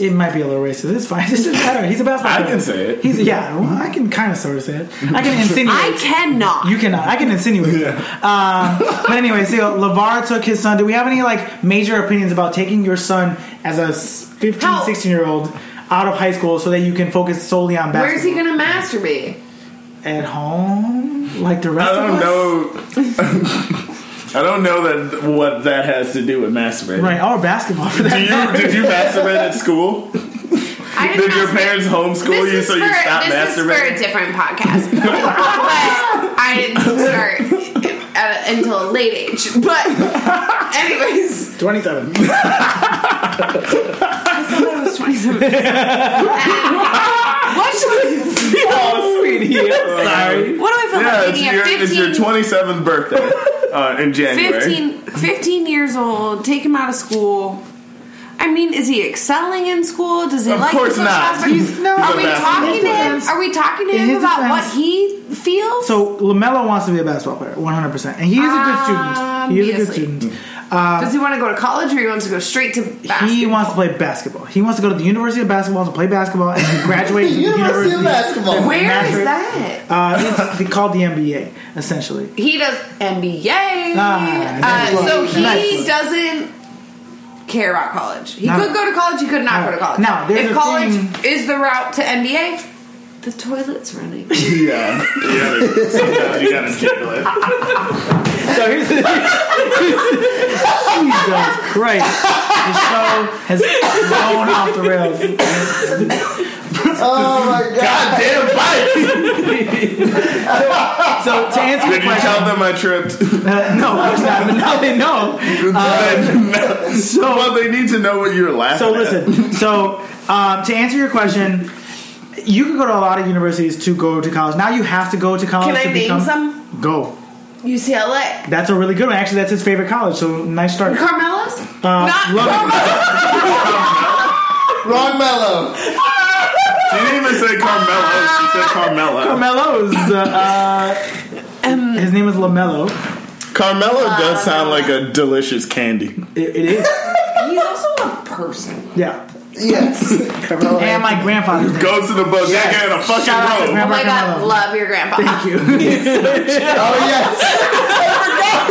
[SPEAKER 4] It might be a little racist. It's fine. This doesn't matter. He's a basketball.
[SPEAKER 3] I
[SPEAKER 4] player.
[SPEAKER 3] can say it.
[SPEAKER 4] He's yeah. Well, I can kind of sort of say it. I
[SPEAKER 3] <laughs>
[SPEAKER 4] can insinuate.
[SPEAKER 1] I cannot.
[SPEAKER 4] you cannot. I can insinuate. Uh, but anyway, so Lavar took his son. Do we have any like major opinions about taking your son as a s- 15,
[SPEAKER 1] How-
[SPEAKER 4] 16 year old out of high school so that you can focus solely on
[SPEAKER 1] Where's he
[SPEAKER 4] basketball
[SPEAKER 1] gonna masturbate?
[SPEAKER 4] at home, like the rest
[SPEAKER 3] I
[SPEAKER 4] of
[SPEAKER 3] don't
[SPEAKER 4] us?
[SPEAKER 3] know. <laughs> I don't know that what that has to do with masturbating.
[SPEAKER 4] Right, or basketball for
[SPEAKER 3] Do
[SPEAKER 4] that.
[SPEAKER 3] you did you masturbate at school?
[SPEAKER 1] I didn't
[SPEAKER 3] Did your
[SPEAKER 1] masturbate.
[SPEAKER 3] parents homeschool
[SPEAKER 1] This
[SPEAKER 3] you
[SPEAKER 1] is
[SPEAKER 3] so
[SPEAKER 1] for,
[SPEAKER 3] you stopped
[SPEAKER 1] this is for a
[SPEAKER 3] masturbating?
[SPEAKER 1] different podcast. but
[SPEAKER 3] <laughs>
[SPEAKER 1] I didn't start at a, until a late age.
[SPEAKER 3] <laughs>
[SPEAKER 1] But anyways,
[SPEAKER 4] 27.
[SPEAKER 1] I was 27. what, should,
[SPEAKER 4] oh, sweetie. I'm sorry.
[SPEAKER 1] what do I feel
[SPEAKER 3] Yeah,
[SPEAKER 1] about
[SPEAKER 3] it's
[SPEAKER 1] being
[SPEAKER 3] your,
[SPEAKER 1] at
[SPEAKER 3] it's your
[SPEAKER 1] 15,
[SPEAKER 3] 27th birthday uh, in January.
[SPEAKER 1] 15, 15 years old? Take him out of school. I mean, is he excelling in school? Does he
[SPEAKER 3] Of
[SPEAKER 1] like
[SPEAKER 3] course
[SPEAKER 1] social
[SPEAKER 3] not.
[SPEAKER 1] aspect?
[SPEAKER 4] He's- no.
[SPEAKER 1] Are
[SPEAKER 3] He's a
[SPEAKER 1] we
[SPEAKER 3] basketball
[SPEAKER 1] talking to him?
[SPEAKER 4] player.
[SPEAKER 1] Are we talking to
[SPEAKER 4] In
[SPEAKER 1] him
[SPEAKER 4] his
[SPEAKER 1] about
[SPEAKER 4] defense-
[SPEAKER 1] what he feels?
[SPEAKER 4] <laughs> So Lamelo wants to be a basketball player, one hundred percent, and he is a good student. He is a good
[SPEAKER 1] Obviously.
[SPEAKER 4] student.
[SPEAKER 1] Does he want to go to college or he wants to go straight to basketball?
[SPEAKER 4] Uh, He wants to play basketball. He wants to go to the University of Basketball to play basketball and
[SPEAKER 3] <laughs>
[SPEAKER 4] then graduate. from the
[SPEAKER 5] <laughs> University of Basketball.
[SPEAKER 1] Where is
[SPEAKER 4] Master-
[SPEAKER 1] that?
[SPEAKER 4] Uh, it's called the NBA, essentially.
[SPEAKER 1] He does NBA.
[SPEAKER 4] Ah,
[SPEAKER 1] uh,
[SPEAKER 4] nice
[SPEAKER 1] so
[SPEAKER 4] one.
[SPEAKER 1] he
[SPEAKER 4] Nice one.
[SPEAKER 1] doesn't care about college. He
[SPEAKER 4] No.
[SPEAKER 1] could go to college. He could not
[SPEAKER 4] No.
[SPEAKER 1] go to college.
[SPEAKER 4] No, there's
[SPEAKER 1] if
[SPEAKER 4] a
[SPEAKER 1] college
[SPEAKER 4] thing-
[SPEAKER 1] is the route to NBA, the toilet's running.
[SPEAKER 3] <laughs>
[SPEAKER 1] <laughs>
[SPEAKER 3] Yeah. yeah. Sometimes you gotta jiggle it.
[SPEAKER 4] So
[SPEAKER 3] <laughs>
[SPEAKER 4] here's the Jesus Christ. The show has blown off the rails.
[SPEAKER 5] Oh my god!
[SPEAKER 3] Goddamn bike!
[SPEAKER 4] So to answer your
[SPEAKER 3] Did you
[SPEAKER 4] question,
[SPEAKER 3] tell them I tripped?
[SPEAKER 4] uh, no, of course not, but now they know.
[SPEAKER 3] <laughs> so, well, they need to know what you're laughing
[SPEAKER 4] So
[SPEAKER 3] at.
[SPEAKER 4] listen. So um, to answer your question, you can go to a lot of universities to go to college. Now you have to go to college.
[SPEAKER 1] Can I
[SPEAKER 4] to
[SPEAKER 1] name
[SPEAKER 4] become,
[SPEAKER 1] some?
[SPEAKER 4] Go.
[SPEAKER 1] UCLA.
[SPEAKER 4] That's a really good one. Actually, that's his favorite college. So nice start.
[SPEAKER 1] Carmelo's?
[SPEAKER 4] Uh,
[SPEAKER 1] not
[SPEAKER 4] love it.
[SPEAKER 1] Carmelo.
[SPEAKER 5] Wrong mellow.
[SPEAKER 3] She didn't even say Carmelo, she said Carmelo.
[SPEAKER 4] Carmelo's. Uh,
[SPEAKER 1] Um,
[SPEAKER 4] uh, his name is Lamelo.
[SPEAKER 3] Carmelo does sound like a delicious candy.
[SPEAKER 4] It, it is.
[SPEAKER 1] He's also a person.
[SPEAKER 4] Yeah. <laughs>
[SPEAKER 5] Yes. Carmelo.
[SPEAKER 4] And my grandfather's name.
[SPEAKER 3] Go to the bodega
[SPEAKER 5] Yes.
[SPEAKER 3] and a
[SPEAKER 4] Shout out to
[SPEAKER 3] fucking robe.
[SPEAKER 1] Oh my god,
[SPEAKER 4] Carmelo.
[SPEAKER 1] love your grandpa.
[SPEAKER 4] Thank you.
[SPEAKER 5] Oh
[SPEAKER 4] <laughs>
[SPEAKER 5] yes.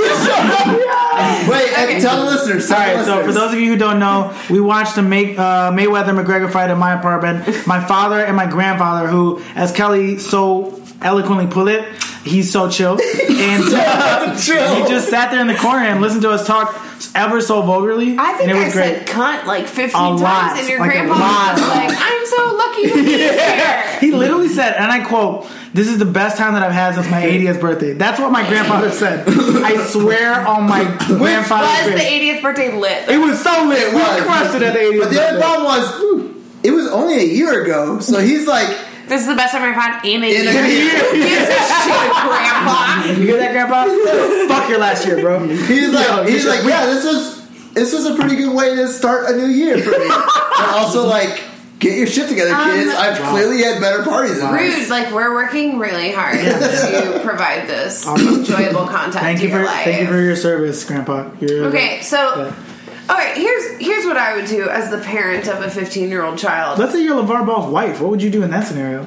[SPEAKER 5] I forgot. <laughs> Wait, and tell the listeners. Tell
[SPEAKER 4] All right.
[SPEAKER 5] the
[SPEAKER 4] So for
[SPEAKER 5] listeners.
[SPEAKER 4] those of you who don't know, we watched the May, uh, Mayweather McGregor fight at my apartment. My father and my grandfather, who, as Kelly so eloquently put it, he's so chill, and uh,
[SPEAKER 5] Chill.
[SPEAKER 4] he just sat there in the corner and listened to us talk ever so vulgarly.
[SPEAKER 1] I think
[SPEAKER 4] and it
[SPEAKER 1] I
[SPEAKER 4] was great.
[SPEAKER 1] said cunt like 15
[SPEAKER 4] A
[SPEAKER 1] times,
[SPEAKER 4] lot,
[SPEAKER 1] and your
[SPEAKER 4] like a
[SPEAKER 1] grandpa
[SPEAKER 4] lot.
[SPEAKER 1] was just like, I'm so lucky
[SPEAKER 4] <laughs>
[SPEAKER 1] to be here.
[SPEAKER 4] He literally said, and I quote, "This is the best time that I've had since my 80th birthday." That's what my grandfather said. I swear on my grandfather's
[SPEAKER 1] Was the
[SPEAKER 4] grave.
[SPEAKER 1] 80th birthday lit?
[SPEAKER 4] It was so lit.
[SPEAKER 5] It
[SPEAKER 4] We
[SPEAKER 5] was.
[SPEAKER 4] crushed it at the 80th.
[SPEAKER 5] But the
[SPEAKER 4] birthday.
[SPEAKER 5] other problem was, it was only a year ago. So he's like
[SPEAKER 1] This is the best time I've had in a
[SPEAKER 5] in a
[SPEAKER 1] year.
[SPEAKER 5] year.
[SPEAKER 1] Gives a shit, grandpa.
[SPEAKER 4] You hear that, Grandpa? Fuck your last year, bro.
[SPEAKER 5] He's like,
[SPEAKER 4] Yo,
[SPEAKER 5] he's
[SPEAKER 4] you
[SPEAKER 5] like,
[SPEAKER 4] should-
[SPEAKER 5] yeah, this was this was a pretty good way to start a new year for
[SPEAKER 4] <laughs>
[SPEAKER 5] me. but also like, get your shit together,
[SPEAKER 1] Um,
[SPEAKER 5] kids. I've clearly had better parties than
[SPEAKER 1] Rude,
[SPEAKER 5] this.
[SPEAKER 1] like we're working really hard to provide this enjoyable content
[SPEAKER 4] Thank
[SPEAKER 1] to
[SPEAKER 4] you
[SPEAKER 1] your
[SPEAKER 4] for
[SPEAKER 1] life.
[SPEAKER 4] thank you for your service, Grandpa. You're,
[SPEAKER 1] okay,
[SPEAKER 4] Yeah.
[SPEAKER 1] so all right, here's here's what I would do as the parent of a 15 year old child.
[SPEAKER 4] Let's say you're LeVar Ball's wife. What would you do in that scenario?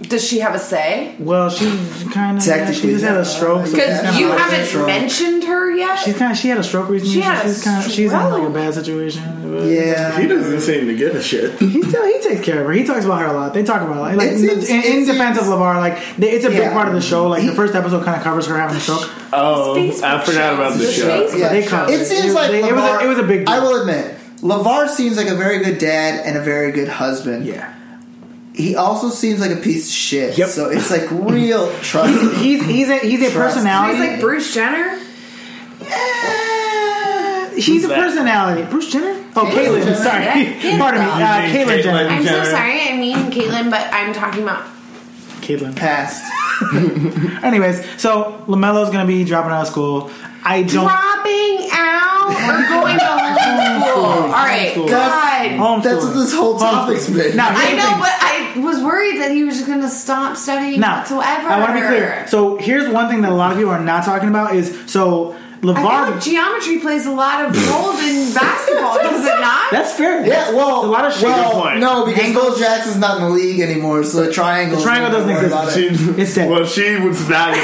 [SPEAKER 1] Does she have a say?
[SPEAKER 4] Well, she kind of she
[SPEAKER 5] Technically,
[SPEAKER 4] just had
[SPEAKER 5] yeah.
[SPEAKER 4] a stroke. so she's
[SPEAKER 1] Because
[SPEAKER 4] kinda
[SPEAKER 1] you
[SPEAKER 4] like-
[SPEAKER 1] haven't
[SPEAKER 5] control.
[SPEAKER 1] mentioned her yet.
[SPEAKER 4] She's kind of she had a stroke recently.
[SPEAKER 1] She
[SPEAKER 4] so
[SPEAKER 1] had a
[SPEAKER 4] she's kinda, she's in like a
[SPEAKER 1] stroke.
[SPEAKER 4] bad situation. but-
[SPEAKER 5] Yeah.
[SPEAKER 3] He doesn't seem to give a shit.
[SPEAKER 4] He still he takes care of her. He talks about her a lot. They talk about her. Like
[SPEAKER 5] It seems-
[SPEAKER 4] in,
[SPEAKER 5] it
[SPEAKER 4] in
[SPEAKER 5] seems-
[SPEAKER 4] defense of Lavar, like they, it's a big
[SPEAKER 5] Yeah.
[SPEAKER 4] part of the show. Like the first episode kind of covers her having a stroke.
[SPEAKER 3] Oh,
[SPEAKER 1] Facebook
[SPEAKER 3] I forgot about the
[SPEAKER 1] shows.
[SPEAKER 3] show.
[SPEAKER 1] Facebook
[SPEAKER 5] Yeah.
[SPEAKER 4] they covered
[SPEAKER 5] It
[SPEAKER 4] it.
[SPEAKER 5] seems
[SPEAKER 4] It-
[SPEAKER 5] like
[SPEAKER 4] they- it was a-
[SPEAKER 5] LeVar-
[SPEAKER 4] it was a big
[SPEAKER 5] I
[SPEAKER 4] deal.
[SPEAKER 5] will admit, Lavar seems like a very good dad and a very good husband.
[SPEAKER 4] Yeah,
[SPEAKER 5] He also seems like a piece of shit.
[SPEAKER 4] Yep.
[SPEAKER 5] So it's like
[SPEAKER 4] <laughs>
[SPEAKER 5] real trust.
[SPEAKER 4] he's he's a he's a
[SPEAKER 5] Trust.
[SPEAKER 4] personality.
[SPEAKER 1] She's like Bruce Jenner.
[SPEAKER 4] Eh, he's a
[SPEAKER 3] that?
[SPEAKER 4] personality. Bruce Jenner? Oh,
[SPEAKER 5] Caitlyn
[SPEAKER 4] Caitlyn.
[SPEAKER 5] Jenner.
[SPEAKER 4] Sorry,
[SPEAKER 1] Yeah,
[SPEAKER 4] <laughs> pardon me.
[SPEAKER 1] Caitlyn.
[SPEAKER 4] Uh,
[SPEAKER 3] You mean
[SPEAKER 4] Caitlyn
[SPEAKER 3] Caitlyn
[SPEAKER 4] Jenner.
[SPEAKER 1] I'm
[SPEAKER 3] Jenner.
[SPEAKER 1] so sorry. I mean Caitlyn, but I'm talking about.
[SPEAKER 4] Caitlyn.
[SPEAKER 5] Past.
[SPEAKER 4] Anyways, so Lamelo's gonna be dropping out of school. I don't.
[SPEAKER 1] Dropping out or going
[SPEAKER 4] <laughs>
[SPEAKER 1] to homeschool. All right,
[SPEAKER 4] Homeschool.
[SPEAKER 1] God.
[SPEAKER 4] Homeschooling.
[SPEAKER 5] That's what this whole topic's been.
[SPEAKER 4] Now, here's
[SPEAKER 1] I
[SPEAKER 4] the
[SPEAKER 1] know,
[SPEAKER 4] thing.
[SPEAKER 1] but I was worried that he was just going to stop studying
[SPEAKER 4] Now,
[SPEAKER 1] whatsoever.
[SPEAKER 4] I want to be clear. So here's one thing that a lot of people are not talking about is so
[SPEAKER 1] I feel
[SPEAKER 4] Levar.
[SPEAKER 1] like geometry plays a lot
[SPEAKER 4] <laughs>
[SPEAKER 1] of roles in basketball, does it not?
[SPEAKER 4] that's fair.
[SPEAKER 5] Yeah, well,
[SPEAKER 4] a lot of shit.
[SPEAKER 5] well,
[SPEAKER 3] point.
[SPEAKER 5] no, because Phil Jackson's not in the league anymore, so the triangle.
[SPEAKER 4] The triangle doesn't exist.
[SPEAKER 3] She,
[SPEAKER 4] It's dead.
[SPEAKER 3] Well, she was not gonna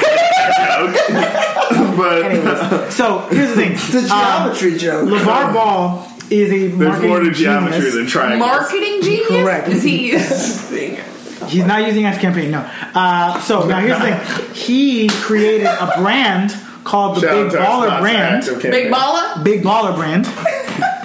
[SPEAKER 3] joke, <laughs> but
[SPEAKER 4] Anyways, so here's the
[SPEAKER 5] <laughs>
[SPEAKER 4] thing.
[SPEAKER 5] It's a
[SPEAKER 4] um,
[SPEAKER 5] geometry joke.
[SPEAKER 4] Levar Ball is a
[SPEAKER 3] there's
[SPEAKER 4] marketing
[SPEAKER 3] more to geometry
[SPEAKER 4] genius.
[SPEAKER 3] than triangles.
[SPEAKER 1] Marketing genius?
[SPEAKER 4] Correct.
[SPEAKER 1] Is he
[SPEAKER 4] <laughs>
[SPEAKER 1] using
[SPEAKER 4] He's not using Ask Campaign, no. Uh, so now here's the
[SPEAKER 3] <laughs>
[SPEAKER 4] thing. He created a brand called the
[SPEAKER 3] Shout out
[SPEAKER 4] Big
[SPEAKER 3] to our
[SPEAKER 4] Baller
[SPEAKER 3] sponsor,
[SPEAKER 4] Brand.
[SPEAKER 3] Active Campaign.
[SPEAKER 1] Big Bala?
[SPEAKER 4] Big Baller Brand.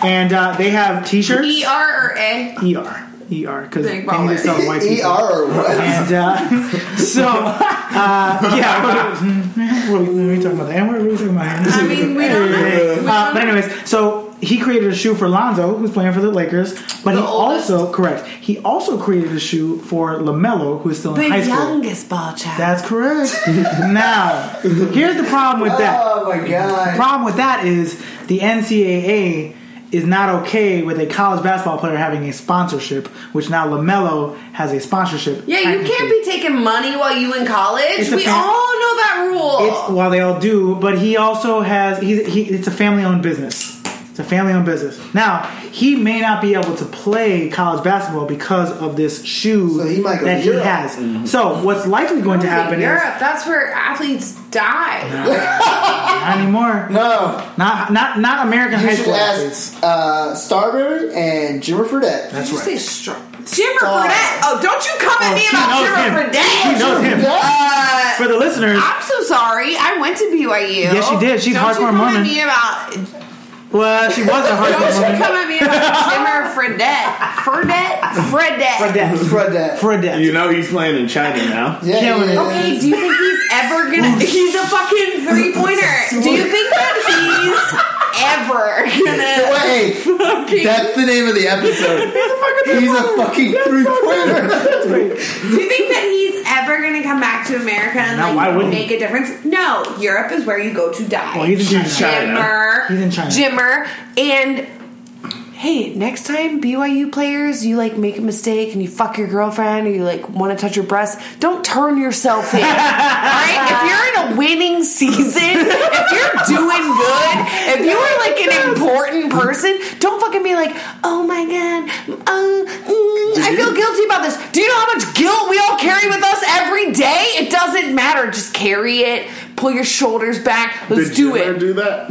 [SPEAKER 4] And uh, they have t-shirts.
[SPEAKER 1] ER or A?
[SPEAKER 4] ER. ER. Because they
[SPEAKER 1] Big
[SPEAKER 4] need to
[SPEAKER 1] Baller.
[SPEAKER 4] sell white
[SPEAKER 5] ER
[SPEAKER 4] people.
[SPEAKER 5] or what?
[SPEAKER 4] And uh, <laughs> so, uh, yeah. <laughs> What, what, what are we talking about? And what are we talking about?
[SPEAKER 1] I mean, we
[SPEAKER 4] <laughs>
[SPEAKER 1] don't know. We
[SPEAKER 4] Uh,
[SPEAKER 1] don't
[SPEAKER 4] but
[SPEAKER 1] know.
[SPEAKER 4] anyways, so he created a shoe for Lonzo, who's playing for the Lakers. But he
[SPEAKER 1] The oldest.
[SPEAKER 4] also correct. He also created a shoe for Lamelo, who is still in high
[SPEAKER 1] The
[SPEAKER 4] school.
[SPEAKER 1] youngest ball child.
[SPEAKER 4] That's correct. <laughs> now, here's the problem with that.
[SPEAKER 5] <laughs> Oh my god.
[SPEAKER 4] Problem with that is the NCAA is not okay with a college basketball player having a sponsorship, which now Lamelo has a sponsorship.
[SPEAKER 1] yeah, you can't
[SPEAKER 4] technically.
[SPEAKER 1] be taking money while you in college.
[SPEAKER 4] It's a
[SPEAKER 1] We all know
[SPEAKER 4] fact.
[SPEAKER 1] that rule.
[SPEAKER 4] It's well, they all do, but he also has. He's he. It's a family-owned business. It's a family-owned business. Now he may not be able to play college basketball because of this shoe
[SPEAKER 5] So he might go
[SPEAKER 4] that
[SPEAKER 5] to
[SPEAKER 4] he
[SPEAKER 5] Europe. Mm-hmm.
[SPEAKER 4] has. So what's likely going to happen
[SPEAKER 1] Europe,
[SPEAKER 4] is
[SPEAKER 1] that's where athletes die.
[SPEAKER 4] not anymore.
[SPEAKER 5] No,
[SPEAKER 4] Not not not American high
[SPEAKER 5] you should
[SPEAKER 4] school athletes.
[SPEAKER 5] ask uh, Starberry and Jimmer Fredette.
[SPEAKER 4] That's
[SPEAKER 1] Did you say
[SPEAKER 4] right.
[SPEAKER 1] strong? Jimmer
[SPEAKER 5] Oh.
[SPEAKER 1] Fredette. Oh, don't you come
[SPEAKER 4] Oh,
[SPEAKER 1] at me
[SPEAKER 4] she
[SPEAKER 1] about
[SPEAKER 4] knows
[SPEAKER 1] Jimmer
[SPEAKER 4] him.
[SPEAKER 1] Fredette.
[SPEAKER 4] She knows
[SPEAKER 5] <laughs>
[SPEAKER 4] him.
[SPEAKER 1] Uh,
[SPEAKER 4] For the listeners,
[SPEAKER 1] I'm so sorry. I went to BYU.
[SPEAKER 4] Yes, you did. She's
[SPEAKER 1] don't
[SPEAKER 4] hardcore
[SPEAKER 1] you come
[SPEAKER 4] Mormon.
[SPEAKER 1] At me about,
[SPEAKER 4] well, she was a
[SPEAKER 1] don't
[SPEAKER 4] hardcore
[SPEAKER 1] you
[SPEAKER 4] woman.
[SPEAKER 1] come at me
[SPEAKER 4] <laughs>
[SPEAKER 1] about Jimmer Fredette. Fredette? Fredette.
[SPEAKER 4] Fredette.
[SPEAKER 5] Fredette.
[SPEAKER 4] Fredette.
[SPEAKER 3] You know he's playing in China now.
[SPEAKER 5] Yeah,
[SPEAKER 4] Killing it.
[SPEAKER 1] Okay, do you think he's ever gonna? He's a fucking three pointer. Do you think that he's ever gonna?
[SPEAKER 5] Wait,
[SPEAKER 1] fucking-
[SPEAKER 5] that's the name of
[SPEAKER 4] <laughs>
[SPEAKER 5] the episode. He's a fucking three pointer.
[SPEAKER 1] Do you think that he's ever gonna come back to America and
[SPEAKER 4] Now,
[SPEAKER 1] like
[SPEAKER 4] why wouldn't
[SPEAKER 1] make a difference? No, Europe is where you go to die.
[SPEAKER 4] Well, he's in China.
[SPEAKER 1] Jimmer.
[SPEAKER 4] He's in China.
[SPEAKER 1] Jimmer. And hey, next time BYU players, you like make a mistake and you fuck your girlfriend or you like want to touch your breast, don't turn yourself
[SPEAKER 4] <laughs>
[SPEAKER 1] in. Alright? If you're in a winning season, if you're doing good, if you are like an important person, don't fucking be like, oh my god, uh, mm, I feel guilty about this. Do you know how much guilt we all carry with us every day? It doesn't matter. Just carry it. Pull your shoulders back. Let's
[SPEAKER 3] Did
[SPEAKER 1] do
[SPEAKER 3] Jimmer
[SPEAKER 1] it.
[SPEAKER 3] do that?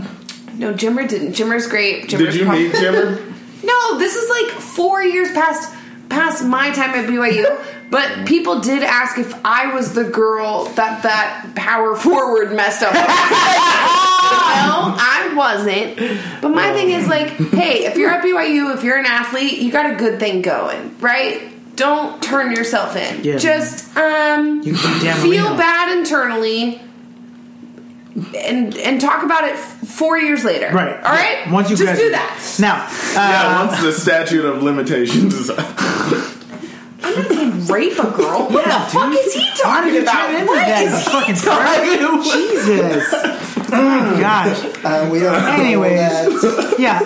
[SPEAKER 1] No, Jimmer didn't. Jimmer's great. Jimmer's
[SPEAKER 3] Did you
[SPEAKER 1] prob-
[SPEAKER 4] <laughs>
[SPEAKER 3] meet Jimmer?
[SPEAKER 1] No, this is like four years past past my time at BYU. but people did ask if I was the girl that that power forward messed up. <laughs> with. no, I wasn't. But my thing is like, hey, if you're at BYU, if you're an athlete, you got a good thing going, right? Don't turn yourself in.
[SPEAKER 4] Yeah.
[SPEAKER 1] Just um,
[SPEAKER 4] You can damn
[SPEAKER 1] feel
[SPEAKER 4] Marino.
[SPEAKER 1] bad internally. And and talk about it f- four years later.
[SPEAKER 4] Right.
[SPEAKER 1] All right.
[SPEAKER 4] Once you
[SPEAKER 1] just
[SPEAKER 4] graduate.
[SPEAKER 1] do that.
[SPEAKER 4] Now,
[SPEAKER 3] yeah,
[SPEAKER 4] uh,
[SPEAKER 3] once the statute of limitations is up.
[SPEAKER 1] I'm not saying rape a girl. What the fuck is he
[SPEAKER 4] How did
[SPEAKER 1] talking
[SPEAKER 4] you
[SPEAKER 1] about?
[SPEAKER 4] turn into
[SPEAKER 1] What
[SPEAKER 4] that?
[SPEAKER 1] is
[SPEAKER 4] You fucking
[SPEAKER 1] he talking about?
[SPEAKER 4] Jesus.
[SPEAKER 1] <laughs>
[SPEAKER 4] Oh my gosh.
[SPEAKER 5] Uh, we don't.
[SPEAKER 4] Anyways.
[SPEAKER 5] know that.
[SPEAKER 4] Yeah.